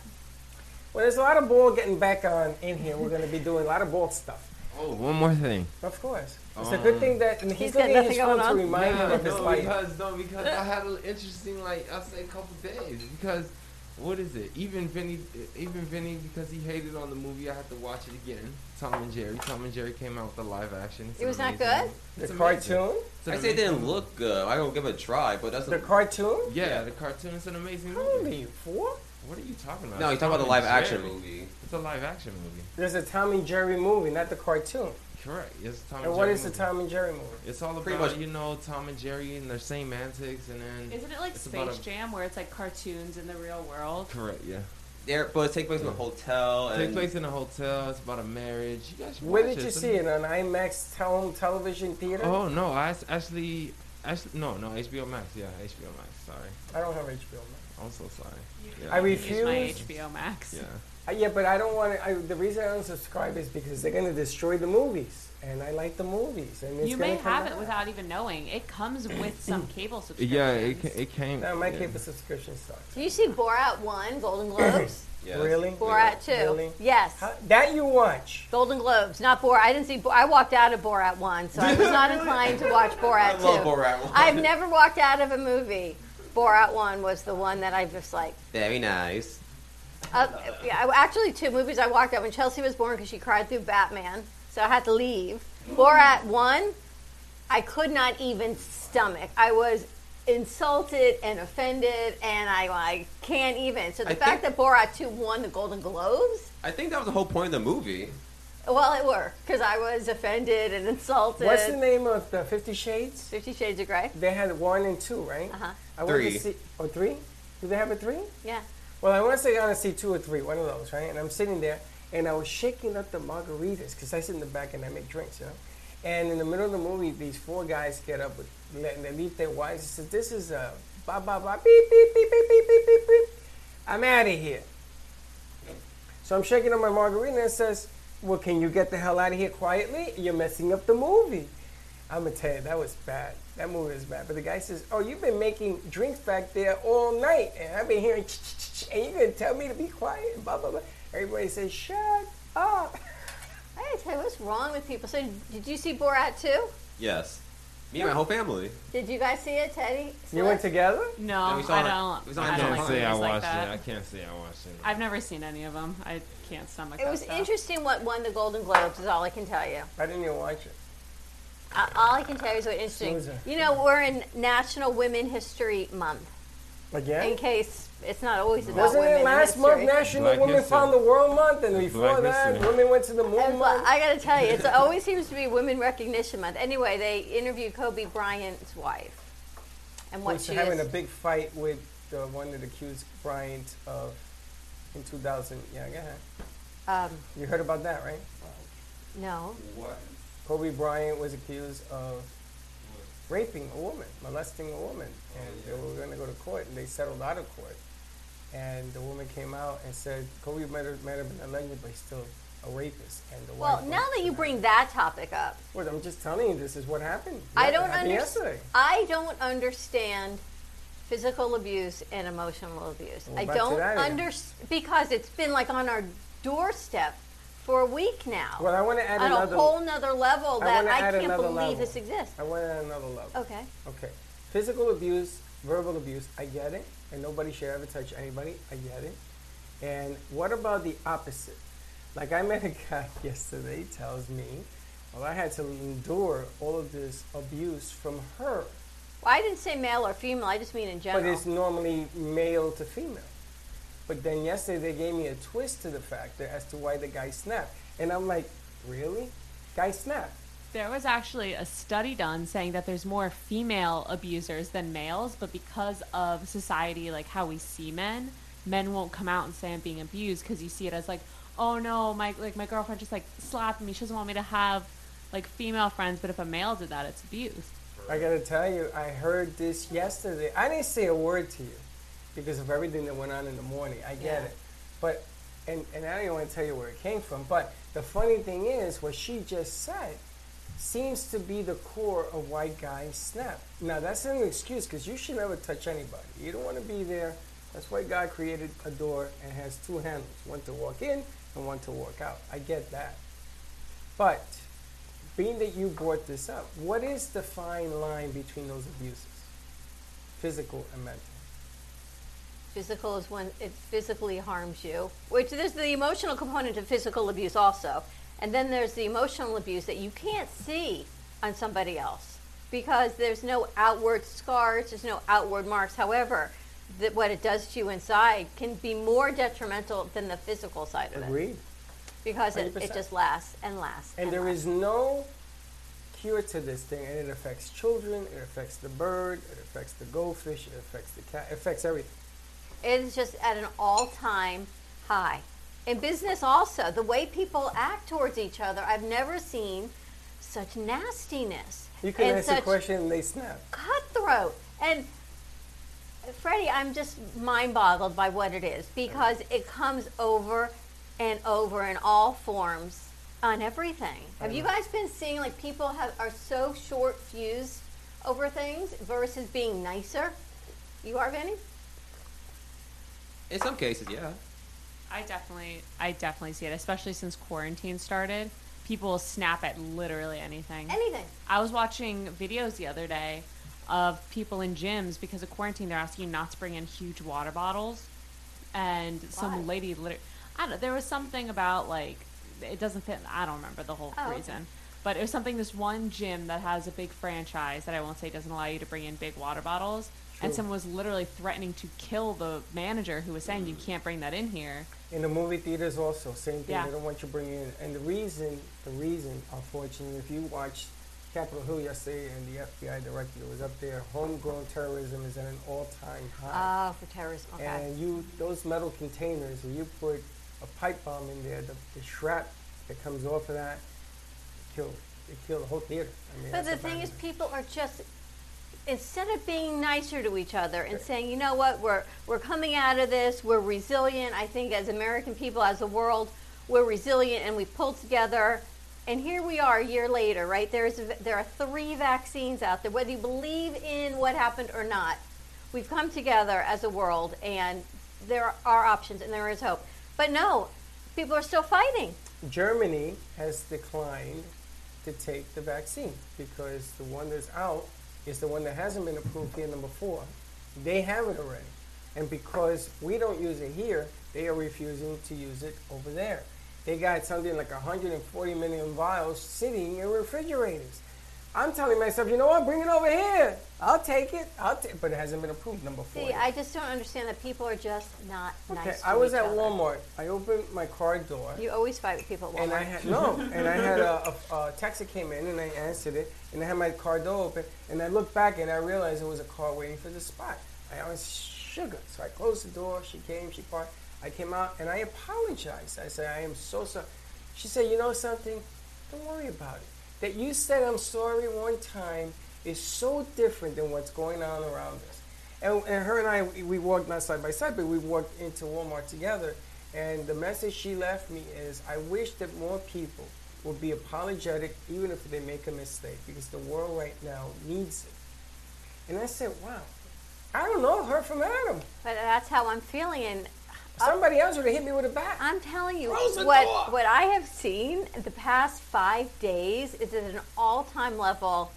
[SPEAKER 2] Well, there's a lot of ball getting back on in here. We're going to be doing a lot of ball stuff.
[SPEAKER 6] Oh, one more thing.
[SPEAKER 2] Of course. It's a good thing that and
[SPEAKER 3] He's
[SPEAKER 2] he's,
[SPEAKER 3] got
[SPEAKER 2] looking at his
[SPEAKER 3] nothing going
[SPEAKER 2] phone to
[SPEAKER 3] on?
[SPEAKER 2] remind him of his
[SPEAKER 6] no,
[SPEAKER 2] life.
[SPEAKER 6] because no, because I had an interesting like I say a couple days because what is it? Even Vinny, even Vinny, because he hated on the movie, I had to watch it again. Tom and Jerry. Tom and Jerry came out with the live action. It's
[SPEAKER 3] It was not
[SPEAKER 6] amazing.
[SPEAKER 3] good?
[SPEAKER 2] The
[SPEAKER 6] It's amazing.
[SPEAKER 2] cartoon?
[SPEAKER 6] It's an
[SPEAKER 8] I say it didn't
[SPEAKER 6] amazing-
[SPEAKER 8] look good. I don't give it a try, but that's
[SPEAKER 2] The
[SPEAKER 8] a,
[SPEAKER 2] cartoon?
[SPEAKER 6] Yeah, the cartoon is an amazing
[SPEAKER 2] How old are
[SPEAKER 6] movie.
[SPEAKER 2] you? Four?
[SPEAKER 6] What are you talking about?
[SPEAKER 8] no. You talk about the
[SPEAKER 6] Tom
[SPEAKER 8] live
[SPEAKER 6] and
[SPEAKER 8] action
[SPEAKER 6] Jerry.
[SPEAKER 8] movie.
[SPEAKER 6] It's a live action movie.
[SPEAKER 2] There's a Tom and Jerry movie, not the cartoon.
[SPEAKER 6] Correct. It's a Tom and,
[SPEAKER 2] And what
[SPEAKER 6] Jerry
[SPEAKER 2] is the
[SPEAKER 6] movie.
[SPEAKER 2] Tom and Jerry movie?
[SPEAKER 6] It's all
[SPEAKER 8] Pretty
[SPEAKER 6] about
[SPEAKER 8] much-
[SPEAKER 6] you know Tom and Jerry and their same antics and then.
[SPEAKER 4] Isn't it like
[SPEAKER 6] It's about
[SPEAKER 4] Space
[SPEAKER 6] a-
[SPEAKER 4] Jam, where it's like cartoons in the real world?
[SPEAKER 6] Correct. Yeah.
[SPEAKER 8] There, but it takes place in a
[SPEAKER 6] Yeah.
[SPEAKER 8] hotel. Oh, And
[SPEAKER 6] Take place in a hotel. It's about a marriage. You guys. should
[SPEAKER 2] Where
[SPEAKER 6] watch
[SPEAKER 2] did you
[SPEAKER 6] It's
[SPEAKER 2] see
[SPEAKER 6] amazing.
[SPEAKER 2] it? On IMAX tel- home television theater?
[SPEAKER 6] Oh no, I s- actually, actually, no, no, HBO Max. Yeah, HBO Max. Sorry,
[SPEAKER 2] I don't have HBO. Max.
[SPEAKER 6] I'm so sorry. Yeah.
[SPEAKER 2] I
[SPEAKER 4] Use my
[SPEAKER 2] refuse.
[SPEAKER 4] HBO Max.
[SPEAKER 6] Yeah.
[SPEAKER 2] Uh, yeah, but I don't want to. The reason I don't subscribe is because they're going to destroy the movies, and I like the movies. And it's
[SPEAKER 4] You may
[SPEAKER 2] gonna come
[SPEAKER 4] have it
[SPEAKER 2] out.
[SPEAKER 4] without even knowing. It comes with some cable subscriptions.
[SPEAKER 6] Yeah, it, ca- it came.
[SPEAKER 2] No, my
[SPEAKER 6] yeah.
[SPEAKER 2] cable subscription sucks.
[SPEAKER 3] Do you see Borat 1, Golden Globes?
[SPEAKER 8] Yes.
[SPEAKER 2] Really?
[SPEAKER 3] Borat 2.
[SPEAKER 2] Really?
[SPEAKER 3] Yes.
[SPEAKER 2] How, that you watch.
[SPEAKER 3] Golden Globes, not Borat. I didn't see. Bo- I walked out of Borat one, so I was not inclined to watch Borat
[SPEAKER 8] I
[SPEAKER 3] two.
[SPEAKER 8] love Borat. one.
[SPEAKER 3] I've never walked out of a movie. Borat one was the one that I just like.
[SPEAKER 8] Very nice.
[SPEAKER 3] Uh, yeah, I- actually, two movies I walked out when Chelsea was born because she cried through Batman, so I had to leave. Borat one, I could not even stomach. I was insulted and offended, and I like can't even. So the
[SPEAKER 8] I
[SPEAKER 3] fact that
[SPEAKER 8] think-
[SPEAKER 3] Borat two won the Golden Globes.
[SPEAKER 8] I think that was the whole point of the movie.
[SPEAKER 3] Well, it worked because I was offended and insulted.
[SPEAKER 2] What's the name of the Fifty Shades?
[SPEAKER 3] Fifty Shades of Grey.
[SPEAKER 2] They had one and two, right?
[SPEAKER 3] Uh
[SPEAKER 4] Uh-huh.
[SPEAKER 3] huh.
[SPEAKER 2] I wanted
[SPEAKER 8] Three.
[SPEAKER 2] to see. Or three? Do they have a three?
[SPEAKER 3] Yeah.
[SPEAKER 2] Well, I want to say honestly, two or three, one of those, right? And I'm sitting there, and I was shaking up the margaritas because I sit in the back and I make drinks, you know. And in the middle of the movie, these four guys get up with, and they leave their wives. and said, "This is a ba ba ba beep beep beep beep beep beep beep beep. I'm out of here." So I'm shaking up my margarita and it says, "Well, can you get the hell out of here quietly? You're messing up the movie." I'm gonna tell you, that was bad. That movie was bad. But the guy says, "Oh, you've been making drinks back there all night, and I've been hearing, ch-ch-ch-ch, and you're gonna tell me to be quiet?" and Blah blah blah. Everybody says, "Shut up."
[SPEAKER 3] I gotta tell you, what's wrong with people? So, did you see Borat too?
[SPEAKER 8] Yes. Me and my whole family.
[SPEAKER 3] Did you guys see it, Teddy?
[SPEAKER 2] You went together?
[SPEAKER 4] No,
[SPEAKER 8] Yeah, we saw it.
[SPEAKER 4] I
[SPEAKER 8] It was
[SPEAKER 4] don't.
[SPEAKER 8] on
[SPEAKER 4] I
[SPEAKER 6] I
[SPEAKER 4] don't
[SPEAKER 8] Amazon
[SPEAKER 6] can't
[SPEAKER 4] like
[SPEAKER 6] say I
[SPEAKER 4] movies
[SPEAKER 6] watched
[SPEAKER 4] like
[SPEAKER 6] it. I
[SPEAKER 4] that.
[SPEAKER 6] can't say I watched it.
[SPEAKER 4] I've never seen any of them. I can't stomach.
[SPEAKER 3] It
[SPEAKER 4] that
[SPEAKER 3] was
[SPEAKER 4] stuff.
[SPEAKER 3] interesting what won the Golden Globes. Is all I can tell you.
[SPEAKER 2] I didn't even watch it.
[SPEAKER 3] Uh, all I can tell you is what interesting.
[SPEAKER 2] Loser.
[SPEAKER 3] You know, we're in National Women History Month. In
[SPEAKER 2] Again?
[SPEAKER 3] case it's not always about
[SPEAKER 2] Eh? Wasn't
[SPEAKER 3] women.
[SPEAKER 2] it
[SPEAKER 3] in
[SPEAKER 2] last month
[SPEAKER 3] history.
[SPEAKER 2] National
[SPEAKER 6] Black
[SPEAKER 2] Women
[SPEAKER 6] History.
[SPEAKER 2] Found the World Month, and before
[SPEAKER 6] Black
[SPEAKER 2] that,
[SPEAKER 6] History.
[SPEAKER 2] women went to the moon
[SPEAKER 3] And, well,
[SPEAKER 2] month?
[SPEAKER 3] I gotta tell you, it always seems to be Women Recognition Month. Anyway, they interviewed Kobe Bryant's wife and what
[SPEAKER 2] was
[SPEAKER 3] she
[SPEAKER 2] having
[SPEAKER 3] is.
[SPEAKER 2] a big fight with the one that accused Bryant of in 2000. Yeah, go ahead.
[SPEAKER 3] um,
[SPEAKER 2] You heard about that, right?
[SPEAKER 3] no,
[SPEAKER 8] What?
[SPEAKER 2] Kobe Bryant was accused of raping a woman, molesting a woman, and they were going to go to court, and they settled out of court. And the woman came out and said Kobe might have, might have been alleged, but he still a rapist and the
[SPEAKER 3] Well,
[SPEAKER 2] wife
[SPEAKER 3] now
[SPEAKER 2] was-
[SPEAKER 3] that you bring that topic up,
[SPEAKER 2] Well, I'm just telling you, this is what happened.
[SPEAKER 3] I
[SPEAKER 2] It
[SPEAKER 3] don't
[SPEAKER 2] happened
[SPEAKER 3] underst-
[SPEAKER 2] Yesterday.
[SPEAKER 3] I don't understand physical abuse and emotional abuse.
[SPEAKER 2] Well,
[SPEAKER 3] I
[SPEAKER 2] back to
[SPEAKER 3] don't
[SPEAKER 2] that end.
[SPEAKER 3] understand because it's been like on our doorstep for a week now.
[SPEAKER 2] Well, I want to add
[SPEAKER 3] on
[SPEAKER 2] another.
[SPEAKER 3] a whole nother level
[SPEAKER 2] I
[SPEAKER 3] that
[SPEAKER 2] wanna
[SPEAKER 3] I
[SPEAKER 2] add
[SPEAKER 3] can't
[SPEAKER 2] another
[SPEAKER 3] believe
[SPEAKER 2] level.
[SPEAKER 3] this exists.
[SPEAKER 2] I want to add another level.
[SPEAKER 3] Okay.
[SPEAKER 2] Okay. Physical abuse, verbal abuse, I get it. And nobody should ever touch anybody. I get it. And what about the opposite? Like I met a guy yesterday he tells me, well, I had to endure all of this abuse from her.
[SPEAKER 3] Well, I didn't say male or female. I just mean in
[SPEAKER 2] But
[SPEAKER 3] general.
[SPEAKER 2] it's normally male to female. But then yesterday they gave me a twist to the factor as to why the guy snapped. And I'm like, really? Guy snapped.
[SPEAKER 4] There was actually a study done saying that there's more female abusers than males, but because of society, like how we see men, men won't come out and say I'm being abused because you see it as like, oh no, my like my girlfriend just like slapped me. She doesn't want me to have like female friends, but if a male did that, it's abuse.
[SPEAKER 2] I gotta tell you, I heard this yesterday. I didn't say a word to you because of everything that went on in the morning. I get
[SPEAKER 4] Yeah.
[SPEAKER 2] it. But, and, and I don't even wanna tell you where it came from, but the funny thing is, what she just said seems to be the core of why guys snap. Now, that's an excuse because you should never touch anybody. You don't wanna be there. That's why God created a door and has two handles one to walk in and one to walk out. I get that. But being that you brought this up, what is the fine line between those abuses, physical and mental?
[SPEAKER 3] physical is when it physically harms you, which there's the emotional component of physical abuse also. And then there's the emotional abuse that you can't see on somebody else because there's no outward scars, there's no outward marks. However, that what it does to you inside can be more detrimental than the physical side of it
[SPEAKER 2] Agreed.
[SPEAKER 3] because it, it
[SPEAKER 2] 100%.
[SPEAKER 3] just lasts and lasts.
[SPEAKER 2] And there
[SPEAKER 3] lasts.
[SPEAKER 2] is no cure to this thing, and it affects children, it affects the bird, it affects the goldfish, it affects the cat, it affects everything.
[SPEAKER 3] it is just at an all-time high in business also the way people act towards each other i've never seen such nastiness
[SPEAKER 2] You can
[SPEAKER 3] and
[SPEAKER 2] ask a
[SPEAKER 3] such
[SPEAKER 2] question and they snap.
[SPEAKER 3] cutthroat and freddie i'm just mind boggled by what it is because it comes over and over in all forms on everything have you guys been seeing like people have are so short fused over things versus being nicer you are vinny
[SPEAKER 8] In some cases, yeah.
[SPEAKER 4] I definitely, I definitely see it, especially since quarantine started. People snap at literally anything.
[SPEAKER 3] anything
[SPEAKER 4] I was watching videos the other day of people in gyms because of quarantine. They're asking you not to bring in huge water bottles, and some
[SPEAKER 3] Why?
[SPEAKER 4] lady literally, I don't. There was something about like it doesn't fit. I don't remember the whole
[SPEAKER 3] Oh, okay.
[SPEAKER 4] reason, but it was something. This one gym that has a big franchise that I won't say doesn't allow you to bring in big water bottles, and
[SPEAKER 2] True.
[SPEAKER 4] someone was literally threatening to kill the manager who was saying you
[SPEAKER 3] Mm.
[SPEAKER 4] can't bring that in here.
[SPEAKER 2] In the movie theaters also, same thing.
[SPEAKER 4] Yeah.
[SPEAKER 2] They don't want you bringing in. And the reason, the reason, unfortunately, if you watch Capitol Hill yesterday and the FBI director that was up there, homegrown terrorism is at an all-time high.
[SPEAKER 3] Ah, for terrorism. Okay.
[SPEAKER 2] And you, those metal containers, and you put a pipe bomb in there, the, the shrap that comes off of that, kill, it killed the whole theater. I mean,
[SPEAKER 3] but
[SPEAKER 2] that's
[SPEAKER 3] the
[SPEAKER 2] a
[SPEAKER 3] thing
[SPEAKER 2] bad
[SPEAKER 3] is,
[SPEAKER 2] one.
[SPEAKER 3] people are just instead of being nicer to each other and saying, you know what, we're we're coming out of this, we're resilient. I think as American people, as a world, we're resilient and we pull together. And here we are a year later, right? There's a- there are three vaccines out there. Whether you believe in what happened or not, we've come together as a world, and there are options and there is hope. But no, people are still fighting.
[SPEAKER 2] Germany has declined to take the vaccine because the one that's out is the one that hasn't been approved here, number four. They have it already. And because we don't use it here, they are refusing to use it over there. They got something like 140 million vials sitting in refrigerators. I'm telling myself, you know what, bring it over here. I'll take it. I'll take but it hasn't been approved, number four.
[SPEAKER 3] See, I just don't understand that people are just not
[SPEAKER 2] okay,
[SPEAKER 3] nice. To
[SPEAKER 2] I was
[SPEAKER 3] each
[SPEAKER 2] at
[SPEAKER 3] other.
[SPEAKER 2] Walmart. I opened my car door.
[SPEAKER 3] You always fight with people at
[SPEAKER 2] And I
[SPEAKER 3] Walmart.
[SPEAKER 2] had no, and I had a, a, a taxi came in, and I answered it, and I had my car door open, and I looked back, and I realized it was a car waiting for the spot. I was sugar, so I closed the door. She came, she parked. I came out, and I apologized. I said, "I am so sorry." She said, "You know something? Don't worry about it. That you said I'm sorry one time is so different than what's going on around us." And, and her and I, we- we walked not side by side, but we walked into Walmart together, And the message she left me is I wish that more people would be apologetic even if they make a mistake because the world right now needs it. And I said, wow, I don't know her from Adam.
[SPEAKER 3] But that's how I'm feeling, and
[SPEAKER 2] Somebody else would have hit me with a bat.
[SPEAKER 3] I'm telling you,
[SPEAKER 2] Rosenthal!
[SPEAKER 3] what what I have seen the past five days is at an all time level,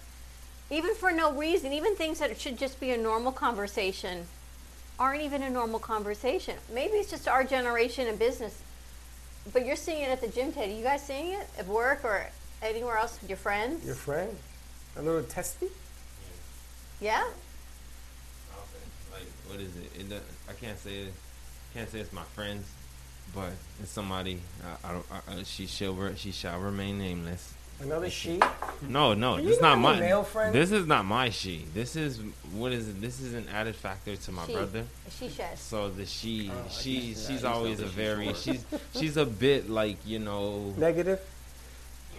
[SPEAKER 3] even for no reason, even things that should just be a normal conversation, aren't even a normal conversation. Maybe it's just our generation in business, but you're seeing it at the gym, Teddy. You guys seeing it at work or anywhere else with your friends?
[SPEAKER 2] Your friend? A little testy?
[SPEAKER 3] yeah,
[SPEAKER 6] Like what is it? it doesn't- I can't say it. Can't say it's my friends, but it's somebody. I, I don't. I, I, she shall. re- She shall remain nameless.
[SPEAKER 2] Another she?
[SPEAKER 6] No, no,
[SPEAKER 2] Do
[SPEAKER 6] this
[SPEAKER 2] you
[SPEAKER 6] is not
[SPEAKER 2] have a
[SPEAKER 6] my.
[SPEAKER 2] male friend?
[SPEAKER 6] This is not my she. This is what is it? This is an added factor to my
[SPEAKER 3] She.
[SPEAKER 6] brother.
[SPEAKER 3] she said.
[SPEAKER 6] So the she, she, she's
[SPEAKER 8] guess, yeah, Oh, I just
[SPEAKER 6] always
[SPEAKER 8] know
[SPEAKER 6] a
[SPEAKER 8] that she's
[SPEAKER 6] very.
[SPEAKER 8] short.
[SPEAKER 6] She's she's a bit like you know.
[SPEAKER 2] Negative?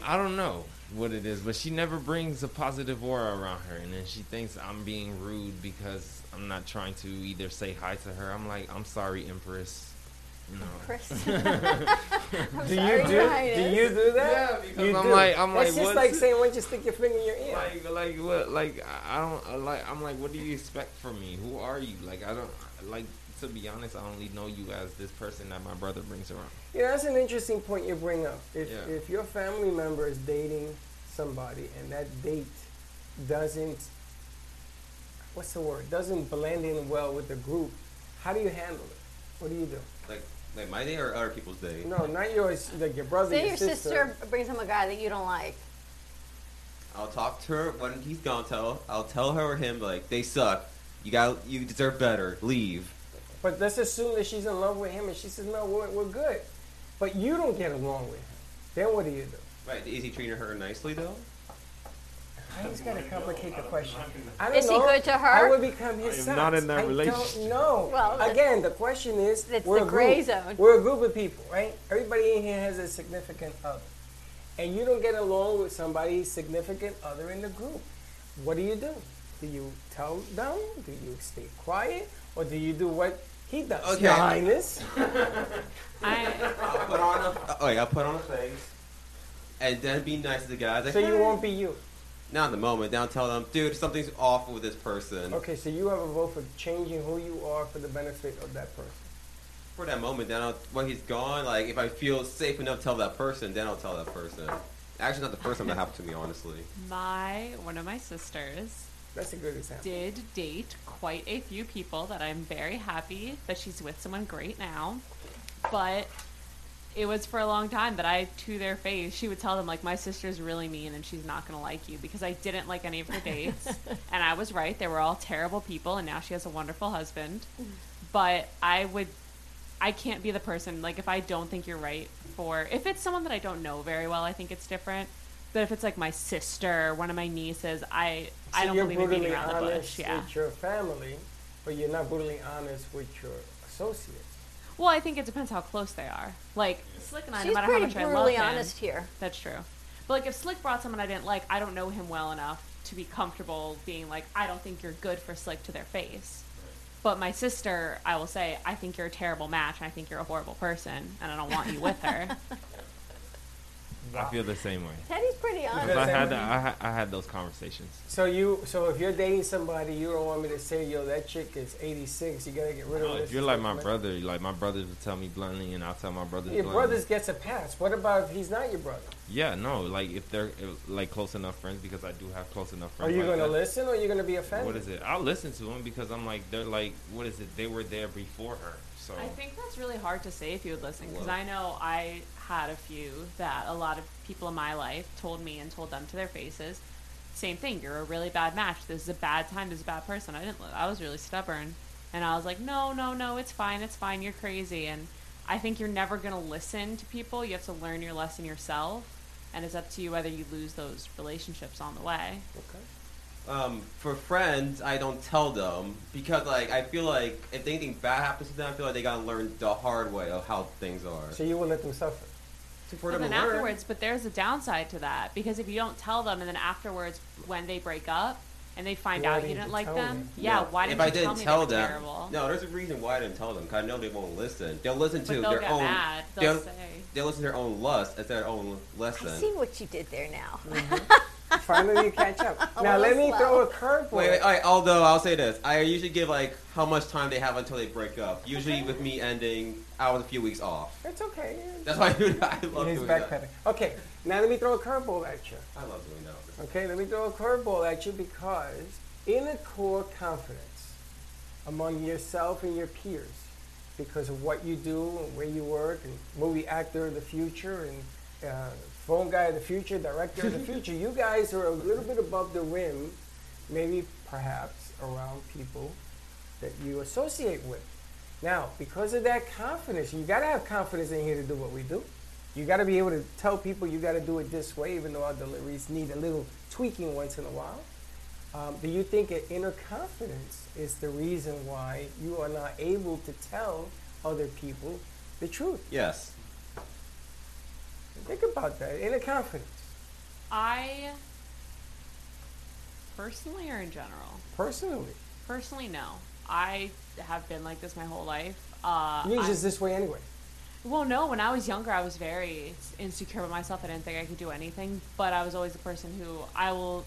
[SPEAKER 6] I don't know what it is, but she never brings a positive aura around her, and then she thinks I'm being rude because I'm not trying to either say hi to her. I'm like, I'm sorry, Empress. No.
[SPEAKER 3] Chris.
[SPEAKER 2] Do
[SPEAKER 3] sorry,
[SPEAKER 2] you do?
[SPEAKER 3] Your Highness.
[SPEAKER 2] Do you do that?
[SPEAKER 6] Yeah, because
[SPEAKER 2] you
[SPEAKER 6] I'm
[SPEAKER 2] do.
[SPEAKER 6] like- I'm
[SPEAKER 2] That's
[SPEAKER 6] like,
[SPEAKER 2] just
[SPEAKER 6] what's
[SPEAKER 2] like
[SPEAKER 6] it-
[SPEAKER 2] saying, why don't you stick your finger in your ear?
[SPEAKER 6] Like, like what? Like I- I don't I like. I'm like, what do you expect from me? Who are you? Like I don't like. To be honest, I only know you as this person that my brother brings around.
[SPEAKER 2] Yeah, that's an interesting point you bring up. If,
[SPEAKER 6] Yeah.
[SPEAKER 2] if your family member is dating somebody and that date doesn't, what's the word, doesn't blend in well with the group, how do you handle it? What do you do?
[SPEAKER 8] Like, like my day or other people's day?
[SPEAKER 2] No, not yours, like your brother,
[SPEAKER 3] Say
[SPEAKER 2] your,
[SPEAKER 3] your sister brings home a guy that you don't like.
[SPEAKER 8] I'll talk to her when he's gone. Tell I'll tell her or him like they suck. You got you deserve better. Leave.
[SPEAKER 2] But let's assume that she's in love with him and she says, no, we're, we're good. But you don't get along with him. Then what do you do?
[SPEAKER 8] Right? Is he treating her nicely though?
[SPEAKER 2] I always gotta complicate the question. I
[SPEAKER 3] Is he
[SPEAKER 2] don't know.
[SPEAKER 3] good to
[SPEAKER 2] I
[SPEAKER 3] her?
[SPEAKER 2] would become his
[SPEAKER 6] I am not
[SPEAKER 2] socks.
[SPEAKER 6] in that
[SPEAKER 2] I
[SPEAKER 6] relationship.
[SPEAKER 2] don't know.
[SPEAKER 3] Well, the-
[SPEAKER 2] again, the question is,
[SPEAKER 3] It's
[SPEAKER 2] we're
[SPEAKER 3] the
[SPEAKER 2] a
[SPEAKER 3] gray
[SPEAKER 2] group.
[SPEAKER 3] zone.
[SPEAKER 2] We're a group of people, right? Everybody in here has a significant other, and you don't get along with somebody's significant other in the group. What do you do? Do you tell them? Do you stay quiet, or do you do what he does?
[SPEAKER 8] Okay.
[SPEAKER 2] Your Highness.
[SPEAKER 4] I,
[SPEAKER 8] I'll put on a. Oh, yeah, I'll put on a face, and then be nice to the guys. Like,
[SPEAKER 2] So you
[SPEAKER 8] "Hey."
[SPEAKER 2] won't be you.
[SPEAKER 8] Not in the moment. Now tell them, dude, something's awful with this person.
[SPEAKER 2] Okay, so you have a vote for changing who you are for the benefit of that person.
[SPEAKER 8] For that moment, then I'll, when he's gone, like if I feel safe enough, to tell that person. Then I'll tell that person. Actually, not the first time that happened to me, honestly.
[SPEAKER 4] my one of my sisters
[SPEAKER 2] That's a good example.
[SPEAKER 4] did date quite a few people that I'm very happy that she's with someone great now. But it was for a long time that I, to their face, she would tell them, like, my sister's really mean and she's not going to like you because I didn't like any of her dates. and I was right. They were all terrible people. And now she has a wonderful husband. But I would, I can't be the person, like, if I don't think you're right for, if it's someone that I don't know very well, I think it's different. But if it's like my sister, one of my nieces, I I
[SPEAKER 2] So
[SPEAKER 4] don't
[SPEAKER 2] you're
[SPEAKER 4] believe in beating
[SPEAKER 2] brutally
[SPEAKER 4] around the
[SPEAKER 2] honest
[SPEAKER 4] bush. Yeah.
[SPEAKER 2] with your family, but you're not brutally honest with your associates.
[SPEAKER 4] Well, I think it depends how close they are. Like Slick and I,
[SPEAKER 3] She's
[SPEAKER 4] no matter how
[SPEAKER 3] pretty
[SPEAKER 4] much I love
[SPEAKER 3] brutally
[SPEAKER 4] him,
[SPEAKER 3] honest here.
[SPEAKER 4] that's true. But like, if Slick brought someone I didn't like, I don't know him well enough to be comfortable being like, I don't think you're good for Slick to their face. But my sister, I will say, I think you're a terrible match, and I think you're a horrible person, and I don't want you with her.
[SPEAKER 6] I feel the same way.
[SPEAKER 3] Teddy's pretty honest.
[SPEAKER 6] 'Cause I had I, had- I had those conversations.
[SPEAKER 2] So you, so if you're dating somebody, you don't want me to say, "Yo, that chick is 86. You gotta get rid of
[SPEAKER 6] No,
[SPEAKER 2] her."
[SPEAKER 6] if you're like my brother, like my brothers would tell me bluntly, and I'll tell my brothers.
[SPEAKER 2] your
[SPEAKER 6] bluntly.
[SPEAKER 2] brother gets a pass. What about if he's not your brother?
[SPEAKER 6] Yeah, no, like if they're if, like close enough friends, because I do have close enough
[SPEAKER 2] Are
[SPEAKER 6] friends.
[SPEAKER 2] you
[SPEAKER 6] like
[SPEAKER 2] gonna
[SPEAKER 6] that.
[SPEAKER 2] listen or are you gonna be offended?
[SPEAKER 6] What is it? I'll listen to them because I'm like they're like what is it? They were there before her, so
[SPEAKER 4] I think that's really hard to say if you would listen, because
[SPEAKER 6] Well-
[SPEAKER 4] I know I had a few that a lot of people in my life told me and told them to their faces, same thing. You're a really bad match. This is a bad time. This is a bad person. I didn't. li- I was really stubborn, and I was like, no, no, no. It's fine. It's fine. You're crazy. And I think you're never gonna listen to people. You have to learn your lesson yourself, and it's up to you whether you lose those relationships on the way.
[SPEAKER 2] Okay.
[SPEAKER 8] Um, for friends, I don't tell them because like I feel like if anything bad happens to them, I feel like they gotta learn the hard way of how things are.
[SPEAKER 2] So you will let them suffer.
[SPEAKER 8] So for
[SPEAKER 4] and
[SPEAKER 8] them
[SPEAKER 4] then
[SPEAKER 8] to learn-
[SPEAKER 4] afterwards, but there's a downside to that because if you don't tell them, and then afterwards, when they break up, and they find
[SPEAKER 2] Why
[SPEAKER 4] out
[SPEAKER 2] didn't
[SPEAKER 4] you didn't
[SPEAKER 2] you
[SPEAKER 4] like
[SPEAKER 2] tell
[SPEAKER 4] them,
[SPEAKER 2] me?
[SPEAKER 4] yeah, why
[SPEAKER 8] if
[SPEAKER 4] didn't
[SPEAKER 8] I
[SPEAKER 4] you
[SPEAKER 8] didn't
[SPEAKER 4] tell me
[SPEAKER 8] tell
[SPEAKER 4] they were
[SPEAKER 8] them?
[SPEAKER 4] terrible?
[SPEAKER 8] No, there's a reason why I didn't tell them. Cause I know they won't listen. They'll listen
[SPEAKER 4] but
[SPEAKER 8] to
[SPEAKER 4] they'll
[SPEAKER 8] their
[SPEAKER 4] get
[SPEAKER 8] own.
[SPEAKER 4] mad. They'll,
[SPEAKER 8] They'll,
[SPEAKER 4] say,
[SPEAKER 8] they'll listen to their own lust as their own lesson.
[SPEAKER 3] I see what you did there now.
[SPEAKER 2] Finally, you catch up. now
[SPEAKER 3] little
[SPEAKER 2] let me
[SPEAKER 3] slow.
[SPEAKER 2] throw a curveball.
[SPEAKER 8] Wait, uh, wait, alright, although I'll say this, I usually give like how much time they have until they break up. Usually with me ending, I was a few weeks off.
[SPEAKER 2] It's okay.
[SPEAKER 8] That's why I, do that. I love
[SPEAKER 2] He's
[SPEAKER 8] doing that.
[SPEAKER 2] backpedaling. Okay, now let me throw a curveball at you.
[SPEAKER 8] I love doing that.
[SPEAKER 2] Okay, let me throw a curveball at you because inner core confidence among yourself and your peers, because of what you do and where you work, and movie actor of the future, and uh, phone guy of the future, director of the future, you guys are a little bit above the rim, maybe perhaps around people that you associate with. Now, because of that confidence, you got to have confidence in here to do what we do. You got to be able to tell people you got to do it this way, even though our deliveries need a little tweaking once in a while. Um, do you think that inner confidence is the reason why you are not able to tell other people the truth?
[SPEAKER 8] Yes.
[SPEAKER 2] Think about that. Inner confidence,
[SPEAKER 4] I personally or in general,
[SPEAKER 2] personally.
[SPEAKER 4] personally, no. I have been like this my whole life. Uh,
[SPEAKER 2] You're
[SPEAKER 4] I-
[SPEAKER 2] just this way anyway.
[SPEAKER 4] Well, no, when I was younger, I was very insecure about myself. I didn't think I could do anything, but I was always the person who I will.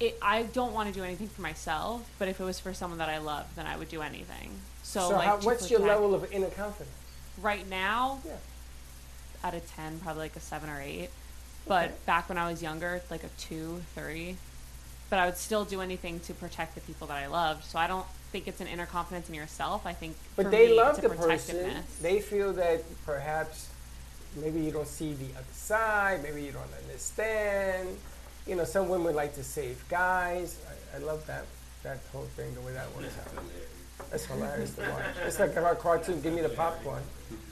[SPEAKER 4] It, I don't want to do anything for myself, but if it was for someone that I loved, then I would do anything. So,
[SPEAKER 2] So,
[SPEAKER 4] like,
[SPEAKER 2] how,
[SPEAKER 4] to
[SPEAKER 2] what's your
[SPEAKER 4] protect-
[SPEAKER 2] level of inner confidence?
[SPEAKER 4] right now?
[SPEAKER 2] Yeah.
[SPEAKER 4] Out of ten, probably like a seven or eight. But back when I was younger, like a two, three. But I would still do anything to protect the people that I loved. So I don't think it's an inner confidence in yourself. I think,
[SPEAKER 2] But
[SPEAKER 4] for
[SPEAKER 2] they
[SPEAKER 4] me,
[SPEAKER 2] love
[SPEAKER 4] it's a
[SPEAKER 2] the person.
[SPEAKER 4] protectiveness.
[SPEAKER 2] They feel that perhaps maybe you don't see the other side, maybe you don't understand. You know, some women like to save guys. I, I love that that whole thing, the way that works out. That's hilarious to watch. It's like our cartoon, Give Me the Popcorn.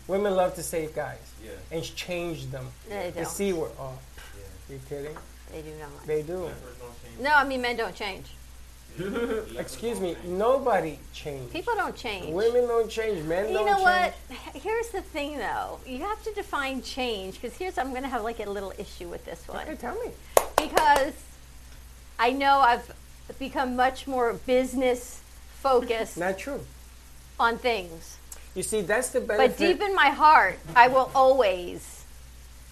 [SPEAKER 2] Women love to save guys
[SPEAKER 8] Yeah.
[SPEAKER 2] and change them.
[SPEAKER 3] No, they
[SPEAKER 2] The
[SPEAKER 3] don't.
[SPEAKER 2] C word. Oh, you kidding?
[SPEAKER 3] They do not.
[SPEAKER 2] They do.
[SPEAKER 3] No, I mean men don't change.
[SPEAKER 2] Excuse me, nobody changes.
[SPEAKER 3] People don't change.
[SPEAKER 2] Women don't change, men
[SPEAKER 3] you
[SPEAKER 2] don't
[SPEAKER 3] know
[SPEAKER 2] change.
[SPEAKER 3] what? Here's the thing, though. You have to define change because here's I'm going to have like a little issue with this one.
[SPEAKER 2] Hey, tell me.
[SPEAKER 3] because I know I've become much more business focused
[SPEAKER 2] Not true.
[SPEAKER 3] on things.
[SPEAKER 2] You see, that's the
[SPEAKER 3] But
[SPEAKER 2] benefit.
[SPEAKER 3] deep in my heart, I will always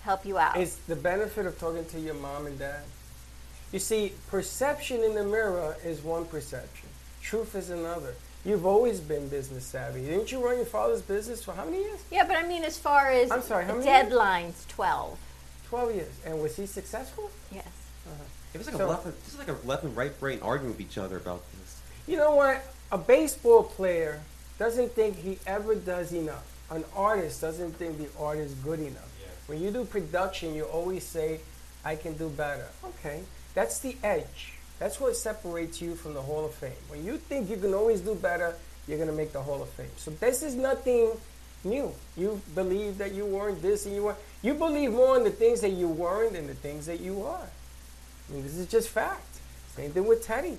[SPEAKER 3] help you out.
[SPEAKER 2] It's the benefit of talking to your mom and dad. You see, perception in the mirror is one perception, truth is another. You've always been business savvy. Didn't you run your father's business for how many years?
[SPEAKER 3] yeah, but I mean, as far as
[SPEAKER 2] I'm sorry, how many years?
[SPEAKER 3] deadlines, 12.
[SPEAKER 2] 12 years. And was he successful?
[SPEAKER 3] Yes.
[SPEAKER 8] It was like
[SPEAKER 2] So-
[SPEAKER 8] a left and, this is like a left and right brain arguing with each other about this.
[SPEAKER 2] You know what? A baseball player doesn't think he ever does enough. An artist doesn't think the art is good enough. When you do production, you always say, I can do better. Okay, that's the edge. That's what separates you from the Hall of Fame. When you think you can always do better, you're going to make the Hall of Fame. So this is nothing new. You believe that you weren't this and you were. You believe more in the things that you weren't than the things that you are. I mean, this is just fact. Same thing with Teddy.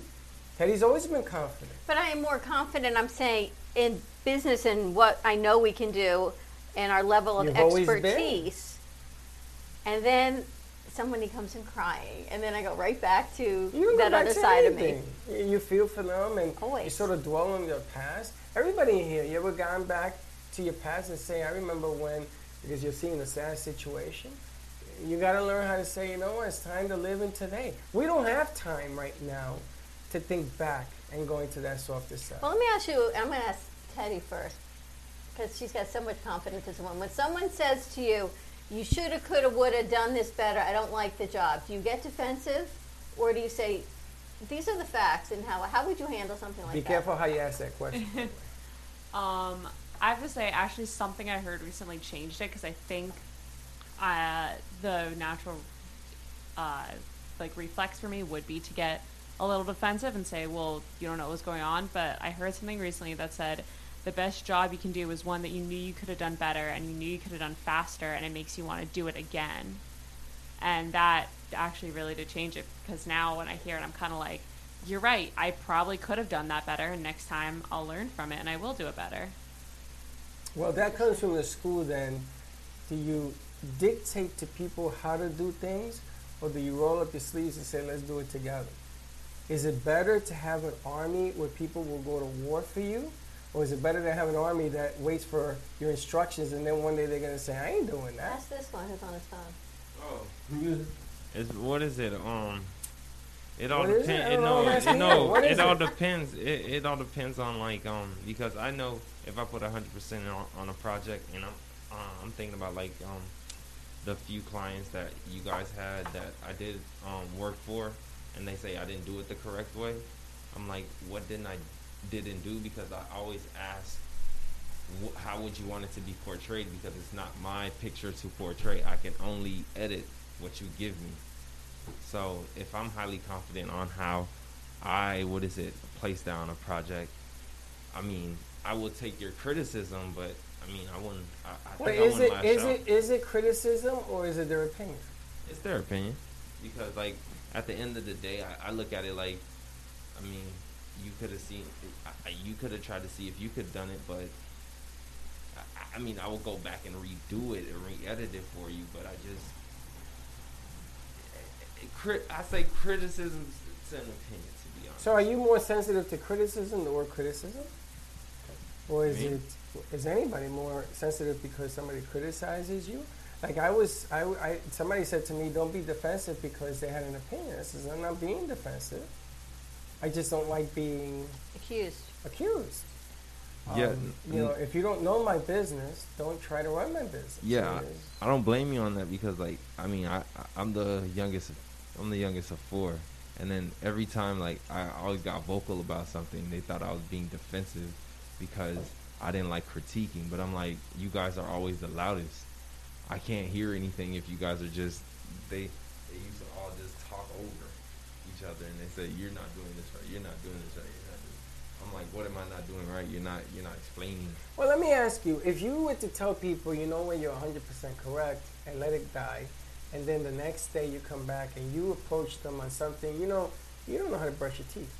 [SPEAKER 2] Teddy's always been confident.
[SPEAKER 3] But I am more confident, I'm saying, in business and what I know we can do and our level of
[SPEAKER 2] You've always been.
[SPEAKER 3] expertise. And then somebody comes in crying. And then I go right back to
[SPEAKER 2] You don't
[SPEAKER 3] that
[SPEAKER 2] go back
[SPEAKER 3] other
[SPEAKER 2] to
[SPEAKER 3] side of me.
[SPEAKER 2] anything. You- You feel for them and you
[SPEAKER 3] Always.
[SPEAKER 2] sort of dwell on your past. Everybody in here, you ever gone back to your past and say, I remember when, because you're seeing a sad situation? You got to learn how to say, you know what, it's time to live in today. We don't have time right now to think back and go into that softer side.
[SPEAKER 3] Well, let me ask you. I'm going to ask Teddy first because she's got so much confidence as a woman. When someone says to you, "You shoulda, coulda, woulda done this better," I don't like the job. Do you get defensive, or do you say, "These are the facts," and how how would you handle something like
[SPEAKER 2] Be
[SPEAKER 3] that?
[SPEAKER 2] careful how you ask that question.
[SPEAKER 4] Um, I have to say, actually, something I heard recently changed it because I think uh, the natural uh, like reflex for me would be to get a little defensive and say, "Well, you don't know what was going on." But I heard something recently that said the best job you can do is one that you knew you could have done better and you knew you could have done faster, and it makes you want to do it again. And that actually really did change it because now when I hear it, I'm kind of like, "You're right. I probably could have done that better, and next time I'll learn from it and I will do it better."
[SPEAKER 2] Well, that comes from the school then. Do you dictate to people how to do things, or do you roll up your sleeves and say, let's do it together? Is it better to have an army where people will go to war for you? Or is it better to have an army that waits for your instructions and then one day they're going to say, I ain't doing that?
[SPEAKER 3] Ask this one who's on his phone.
[SPEAKER 2] Oh.
[SPEAKER 6] It's what is it? Um, it all
[SPEAKER 2] What is it?
[SPEAKER 6] depends.
[SPEAKER 2] I
[SPEAKER 6] It,
[SPEAKER 2] don't know
[SPEAKER 6] no,
[SPEAKER 2] what
[SPEAKER 6] it,
[SPEAKER 2] that's mean.
[SPEAKER 6] no,
[SPEAKER 2] What
[SPEAKER 6] it
[SPEAKER 2] is
[SPEAKER 6] all
[SPEAKER 2] it?
[SPEAKER 6] depends. It, it all depends on like um because I know if I put hundred percent on on a project and I'm uh, I'm thinking about like um the few clients that you guys had that I did um work for and they say I didn't do it the correct way. I'm like, what didn't I didn't do because I always ask wh- how would you want it to be portrayed because it's not my picture to portray. I can only edit what you give me. So if I'm highly confident on how I what is it place down a project, I mean I will take your criticism, but I mean I wouldn't. I, I
[SPEAKER 2] Well,
[SPEAKER 6] think I
[SPEAKER 2] is
[SPEAKER 6] wouldn't
[SPEAKER 2] it
[SPEAKER 6] lash
[SPEAKER 2] is
[SPEAKER 6] out.
[SPEAKER 2] it is it criticism or is it their opinion?
[SPEAKER 6] It's their opinion because like at the end of the day, I, I look at it like I mean you could have seen I, I- you could have tried to see if you could have done it, but. I- I, I mean, I will go back and redo it and re-edit it for you, but I just eh, crit, I say criticisms it's an opinion to be honest.
[SPEAKER 2] So are you more sensitive to criticism or criticism? Or is
[SPEAKER 6] Me?
[SPEAKER 2] it is anybody more sensitive because somebody criticizes you? Like I was, I, w- I- somebody said to me, "Don't be defensive because they had an opinion." I says, "I'm not being defensive. I just don't like being
[SPEAKER 3] Accused.
[SPEAKER 2] accused."
[SPEAKER 6] Yeah,
[SPEAKER 2] Um,
[SPEAKER 6] n-
[SPEAKER 2] you know, if you don't know my business, don't try to run my business.
[SPEAKER 6] Yeah,
[SPEAKER 2] It is.
[SPEAKER 6] I don't blame you on that because like I mean I I- I'm the youngest I'm the youngest of four, and then every time like I always got vocal about something they thought I was being defensive because I didn't like critiquing, but I'm like you guys are always the loudest. I can't hear anything if you guys are just they they used to all just talk over each other and they say you're not doing this right, you're not doing this right, you're not doing. I'm like what am I not doing right? You're not you're not explaining.
[SPEAKER 2] Well, let me ask you: If you were to tell people, you know, when you're 100 percent correct, and let it die, and then the next day you come back and you approach them on something, you know, you don't know how to brush your teeth,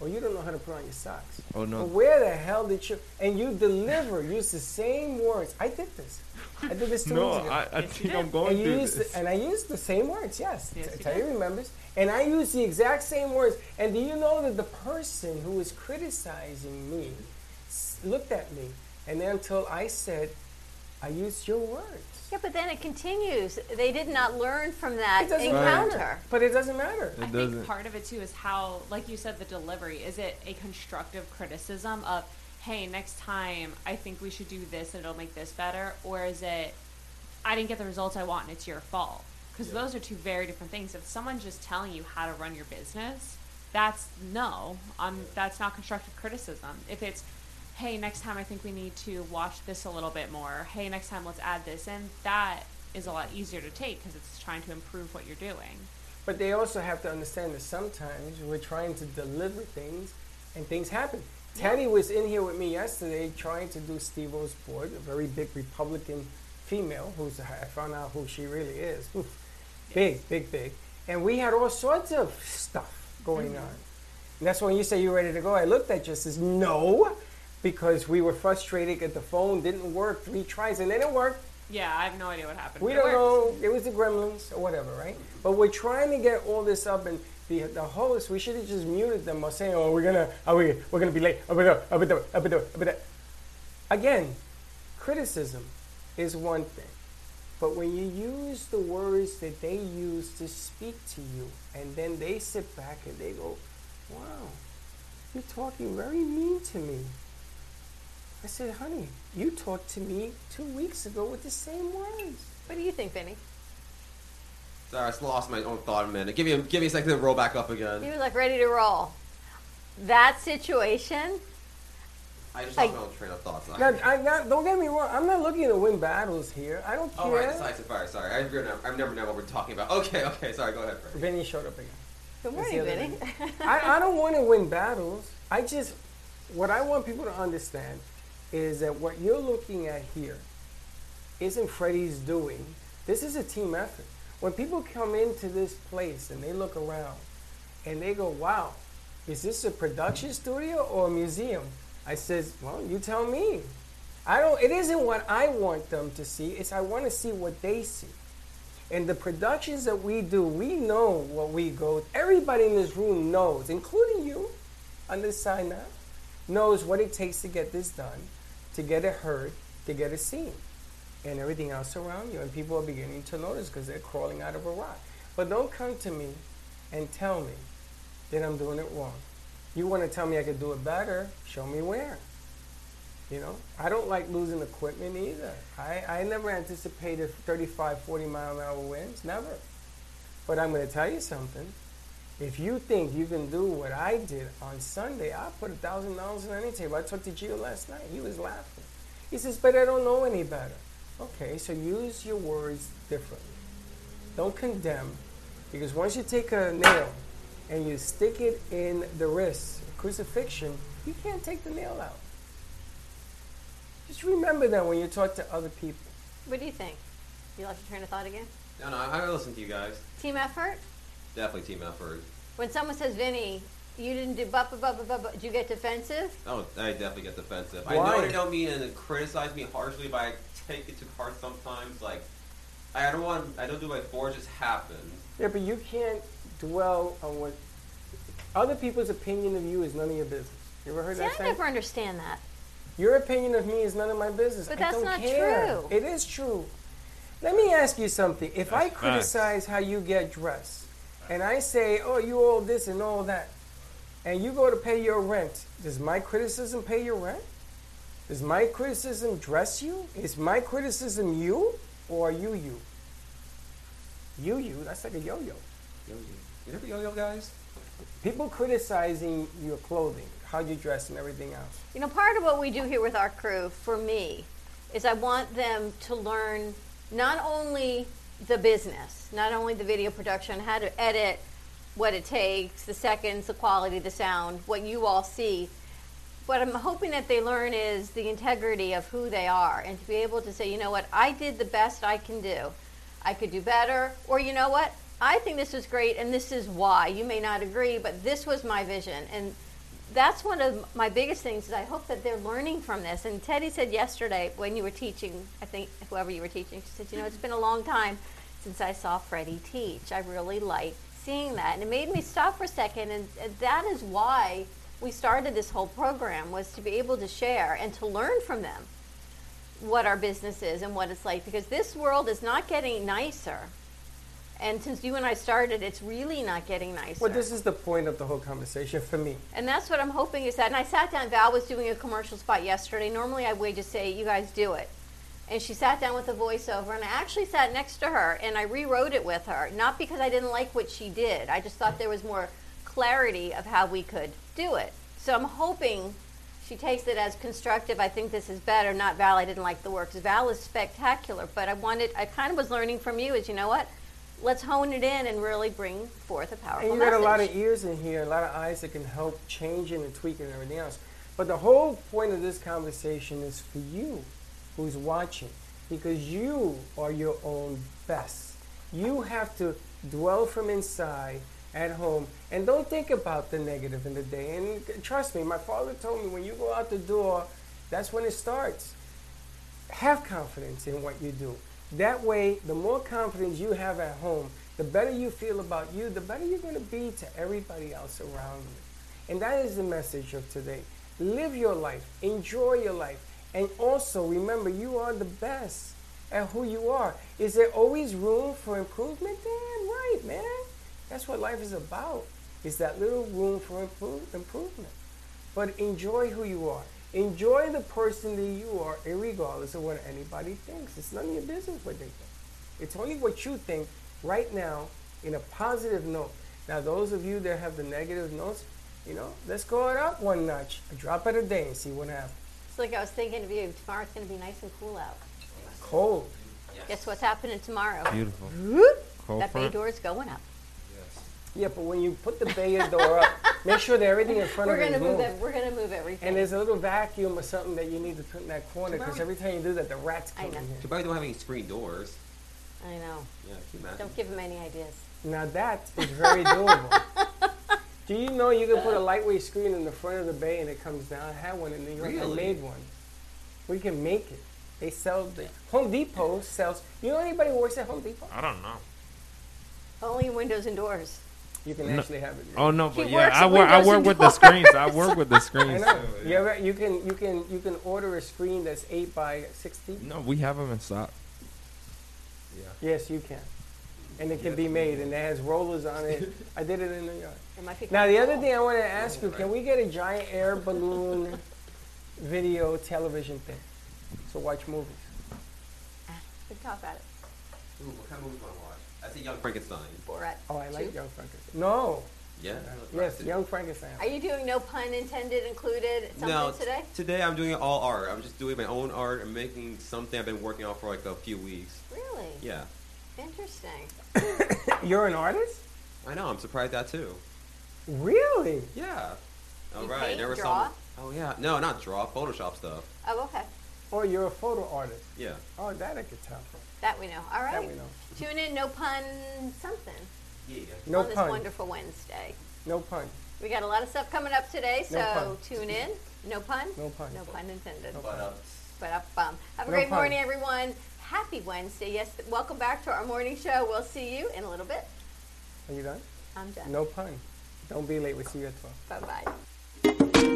[SPEAKER 2] or you don't know how to put on your socks.
[SPEAKER 6] Oh no.
[SPEAKER 2] Or where the hell did you? And you deliver, use the same words. I did this. I did this two
[SPEAKER 6] No,
[SPEAKER 2] weeks ago.
[SPEAKER 6] I, I think I'm going
[SPEAKER 2] and you
[SPEAKER 6] through
[SPEAKER 2] used
[SPEAKER 6] this.
[SPEAKER 2] The, and I used the same words. Yes,
[SPEAKER 5] Yes,
[SPEAKER 2] T-
[SPEAKER 5] you
[SPEAKER 2] Terry
[SPEAKER 5] did.
[SPEAKER 2] remembers. And I used the exact same words. And do you know that the person who was criticizing me s- looked at me, and then until I said, "I used your words,"
[SPEAKER 3] Yeah, but then it continues. They did not learn from that
[SPEAKER 2] it doesn't
[SPEAKER 3] encounter.
[SPEAKER 2] matter. But it doesn't matter.
[SPEAKER 5] I
[SPEAKER 6] doesn't-
[SPEAKER 5] think part of it too is how, like you said, the delivery. Is it a constructive criticism of, hey, next time I think we should do this and it'll make this better? Or is it, I didn't get the results I want and it's your fault? Because those are two very different things. If someone's just telling you how to run your business, that's no, um, that's not constructive criticism. If it's, hey, next time I think we need to watch this a little bit more, or, hey, next time let's add this in, that is a lot easier to take because it's trying to improve what you're doing.
[SPEAKER 2] But they also have to understand that sometimes we're trying to deliver things and things happen. Teddy was in here with me yesterday trying to do Steve O's board, a very big Republican female who's, I found out who she really is. Oof. Big, big, big. And we had all sorts of stuff going on. And that's when you say you're ready to go. I looked at you and says, no, because we were frustrated that the phone didn't work three tries and then it worked.
[SPEAKER 5] Yeah, I have no idea what happened.
[SPEAKER 2] We
[SPEAKER 5] but it
[SPEAKER 2] don't
[SPEAKER 5] worked.
[SPEAKER 2] know. It was the gremlins or whatever, right? But we're trying to get all this up, and the the host. We should have just muted them or saying, "Oh, we're gonna, are we, we're gonna be late." Up it up, up it up, up it up, up it up. Again, criticism is one thing, but when you use the words that they use to speak to you, and then they sit back and they go, "Wow, you're talking very mean to me." I said, "Honey, you talked to me two weeks ago with the same words."
[SPEAKER 3] What do you think, Vinny?
[SPEAKER 8] Sorry, I just lost my own thought a minute. Give me a, give me a second to roll back up
[SPEAKER 3] He
[SPEAKER 8] again.
[SPEAKER 3] was like ready to roll. That situation,
[SPEAKER 8] I just lost my own train of thoughts.
[SPEAKER 2] Now, I, now, don't get me wrong. I'm not looking to win battles here. I don't
[SPEAKER 8] All
[SPEAKER 2] care.
[SPEAKER 8] right, sights and fire. Sorry, I remember, I remember now what we're talking about. Okay, okay, sorry. Go ahead, Frank.
[SPEAKER 2] Vinny showed up again.
[SPEAKER 3] good
[SPEAKER 2] That's
[SPEAKER 3] morning,
[SPEAKER 2] the other
[SPEAKER 3] Vinny.
[SPEAKER 2] I, I don't want to win battles. I just, what I want people to understand is that what you're looking at here isn't Freddie's doing. This is a team effort. When people come into this place and they look around and they go, wow, is this a production studio or a museum? I says, well, you tell me. I don't, it isn't what I want them to see. It's I want to see what they see. And the productions that we do, we know what we go. Everybody in this room knows, including you, on this side now, knows what it takes to get this done, to get it heard, to get it seen, and everything else around you. And people are beginning to notice because they're crawling out of a rock. But don't come to me and tell me that I'm doing it wrong. You want to tell me I could do it better? Show me where. You know, I don't like losing equipment either. I, I never anticipated 35, 40 mile an hour winds, never. But I'm going to tell you something. If you think you can do what I did on Sunday, I put $1,000 on any table. I talked to Gio last night. He was laughing. He says, but I don't know any better. Okay, so use your words differently. Don't condemn, because once you take a nail and you stick it in the wrist, crucifixion, you can't take the nail out. Just remember that when you talk to other people.
[SPEAKER 3] What do you think? You lost your train of thought again?
[SPEAKER 8] No, no, I, I listen to you guys.
[SPEAKER 3] Team effort?
[SPEAKER 8] Definitely team effort.
[SPEAKER 3] When someone says, Vinny, you didn't do blah, blah, blah, blah, blah, blah, do you get defensive?
[SPEAKER 8] Oh, I definitely get defensive. I
[SPEAKER 2] Why?
[SPEAKER 8] know they don't mean and criticize me harshly, but I take it to heart sometimes. Like, I don't want, I don't do like four, it just happens.
[SPEAKER 2] Yeah, but you can't dwell on what other people's opinion of you is none of your business. You ever heard
[SPEAKER 3] See,
[SPEAKER 2] that
[SPEAKER 3] I
[SPEAKER 2] saying?
[SPEAKER 3] never understand that.
[SPEAKER 2] Your opinion of me is none of my business.
[SPEAKER 3] But
[SPEAKER 2] I
[SPEAKER 3] that's
[SPEAKER 2] don't
[SPEAKER 3] not
[SPEAKER 2] care.
[SPEAKER 3] true.
[SPEAKER 2] It is true. Let me ask you something. If I
[SPEAKER 1] That's facts.
[SPEAKER 2] criticize how you get dressed, and I say, "Oh, you all this and all that," and you go to pay your rent, does my criticism pay your rent? Does my criticism dress you? Is my criticism you, or are you you? You you. That's like a yo-yo.
[SPEAKER 8] Yo-yo. You remember yo-yo guys?
[SPEAKER 2] People criticizing your clothing, how you dress, and everything else.
[SPEAKER 3] You know, part of what we do here with our crew, for me, is I want them to learn not only the business, not only the video production, how to edit, what it takes, the seconds, the quality, the sound, what you all see. What I'm hoping that they learn is the integrity of who they are and to be able to say, you know what, I did the best I can do. I could do better, or you know what, I think this is great and this is why. You may not agree, but this was my vision. And that's one of my biggest things is I hope that they're learning from this. And Teddy said yesterday when you were teaching, I think whoever you were teaching, she said, you know, it's been a long time since I saw Freddie teach. I really like seeing that. And it made me stop for a second. And, and that is why we started this whole program was to be able to share and to learn from them what our business is and what it's like because this world is not getting nicer. And since you and I started, it's really not getting nicer.
[SPEAKER 2] Well, this is the point of the whole conversation for me.
[SPEAKER 3] And that's what I'm hoping is that. And I sat down, Val was doing a commercial spot yesterday. Normally I would just say, you guys do it. And she sat down with a voiceover, and I actually sat next to her and I rewrote it with her. Not because I didn't like what she did, I just thought there was more clarity of how we could do it. So I'm hoping she takes it as constructive. I think this is better. Not Val, I didn't like the work. 'Cause Val is spectacular, but I wanted, I kind of was learning from you is, you know what? Let's hone it in and really bring forth a powerful
[SPEAKER 2] And you got a lot
[SPEAKER 3] message.
[SPEAKER 2] of ears in here, a lot of eyes that can help changing and tweaking and everything else. But the whole point of this conversation is for you who's watching because you are your own best. You have to dwell from inside at home and don't think about the negative in the day. And trust me, my father told me when you go out the door, that's when it starts have confidence in what you do. That way, the more confidence you have at home, the better you feel about you, the better you're going to be to everybody else around you. And that is the message of today. Live your life, enjoy your life, and also remember you are the best at who you are. Is there always room for improvement? Damn right, man. That's what life is about. Is that little room for improve, improvement? But enjoy who you are. Enjoy the person that you are, regardless of what anybody thinks. It's none of your business what they think. It's only what you think right now in a positive note. Now, those of you that have the negative notes, you know, let's go it up one notch, a drop it a day, and see what happens.
[SPEAKER 3] It's like I was thinking of you. Tomorrow's going to be nice and cool out.
[SPEAKER 2] Cold.
[SPEAKER 3] Guess what's happening tomorrow?
[SPEAKER 6] Beautiful. Cold
[SPEAKER 3] That bay
[SPEAKER 6] front.
[SPEAKER 3] door's going up.
[SPEAKER 2] Yeah, but when you put the bay door up, make sure that everything in front
[SPEAKER 3] We're
[SPEAKER 2] of
[SPEAKER 3] going
[SPEAKER 2] it
[SPEAKER 3] to
[SPEAKER 2] is
[SPEAKER 3] move.
[SPEAKER 2] moving.
[SPEAKER 3] Ev- we're going to move everything.
[SPEAKER 2] And there's a little vacuum or something that you need to put in that corner because every time you do that, the rats
[SPEAKER 3] I
[SPEAKER 2] come in
[SPEAKER 3] know.
[SPEAKER 2] here.
[SPEAKER 8] Too bad we don't have any screen doors.
[SPEAKER 3] I know.
[SPEAKER 8] Yeah, can you imagine?
[SPEAKER 3] Don't give him any ideas.
[SPEAKER 2] Now that is very doable. Do you know you can put a lightweight screen in the front of the bay and it comes down? I had one in New York. I
[SPEAKER 8] Really?
[SPEAKER 2] made one. We can make it. They sell the Home Depot sells. You know anybody who works at Home Depot?
[SPEAKER 6] I don't know.
[SPEAKER 3] Only windows and doors.
[SPEAKER 2] You can
[SPEAKER 6] No.
[SPEAKER 2] actually have it.
[SPEAKER 6] Oh no, but
[SPEAKER 3] He
[SPEAKER 6] yeah,
[SPEAKER 3] works
[SPEAKER 6] I
[SPEAKER 3] at
[SPEAKER 6] work. I
[SPEAKER 3] Windows
[SPEAKER 6] work
[SPEAKER 3] and
[SPEAKER 6] with the screens. I work with the
[SPEAKER 2] I
[SPEAKER 6] screens.
[SPEAKER 2] know.
[SPEAKER 6] too,
[SPEAKER 2] You
[SPEAKER 6] yeah.
[SPEAKER 2] ever, you can you can you can order a screen that's eight by sixteen.
[SPEAKER 6] No, we have them in stock.
[SPEAKER 2] Yes, you can, and it can be made, and it has rollers on it. I did it in New York.
[SPEAKER 3] It might be
[SPEAKER 2] Now
[SPEAKER 3] kinda
[SPEAKER 2] the other
[SPEAKER 3] cool.
[SPEAKER 2] thing I want to ask you: Can we get a giant air balloon video television thing to watch movies?
[SPEAKER 3] We can talk about it.
[SPEAKER 8] Ooh, what kind of movie do you want to watch? I think Young Frankenstein.
[SPEAKER 3] Borat.
[SPEAKER 2] Oh, I like
[SPEAKER 3] two.
[SPEAKER 2] Young Frankenstein. No,
[SPEAKER 8] Yeah.
[SPEAKER 2] yes, Young Frankenstein.
[SPEAKER 3] Are you doing no pun intended included something
[SPEAKER 8] no, t-
[SPEAKER 3] today?
[SPEAKER 8] today I'm doing all art. I'm just doing my own art. I'm making something I've been working on for like a few weeks.
[SPEAKER 3] Really?
[SPEAKER 8] Yeah,
[SPEAKER 3] Interesting.
[SPEAKER 2] You're an artist?
[SPEAKER 8] I know. I'm surprised at that too.
[SPEAKER 2] Really?
[SPEAKER 8] Yeah. All right.
[SPEAKER 3] You paint,
[SPEAKER 8] Never
[SPEAKER 3] draw?
[SPEAKER 8] saw. Oh yeah. No, not draw. Photoshop stuff.
[SPEAKER 3] Oh, okay.
[SPEAKER 2] Or you're a photo artist?
[SPEAKER 8] Yeah.
[SPEAKER 2] Oh, that I could tell.
[SPEAKER 3] That we know. All right.
[SPEAKER 2] That we know.
[SPEAKER 3] Tune in, no pun something
[SPEAKER 8] Yeah.
[SPEAKER 2] No
[SPEAKER 3] on this
[SPEAKER 2] pun.
[SPEAKER 3] Oh, wonderful Wednesday.
[SPEAKER 2] No pun.
[SPEAKER 3] We got a lot of stuff coming up today, so
[SPEAKER 2] No pun.
[SPEAKER 3] tune in. No pun?
[SPEAKER 2] No pun.
[SPEAKER 3] No pun intended.
[SPEAKER 2] No
[SPEAKER 8] But
[SPEAKER 2] pun.
[SPEAKER 8] um,
[SPEAKER 3] But up, bum. Have a
[SPEAKER 2] No
[SPEAKER 3] great
[SPEAKER 2] pun.
[SPEAKER 3] morning, everyone. Happy Wednesday. Yes, welcome back to our morning show. We'll see you in a little bit.
[SPEAKER 2] Are you done?
[SPEAKER 3] I'm done.
[SPEAKER 2] No pun. Don't be late. We'll see you at 12.
[SPEAKER 3] Bye bye.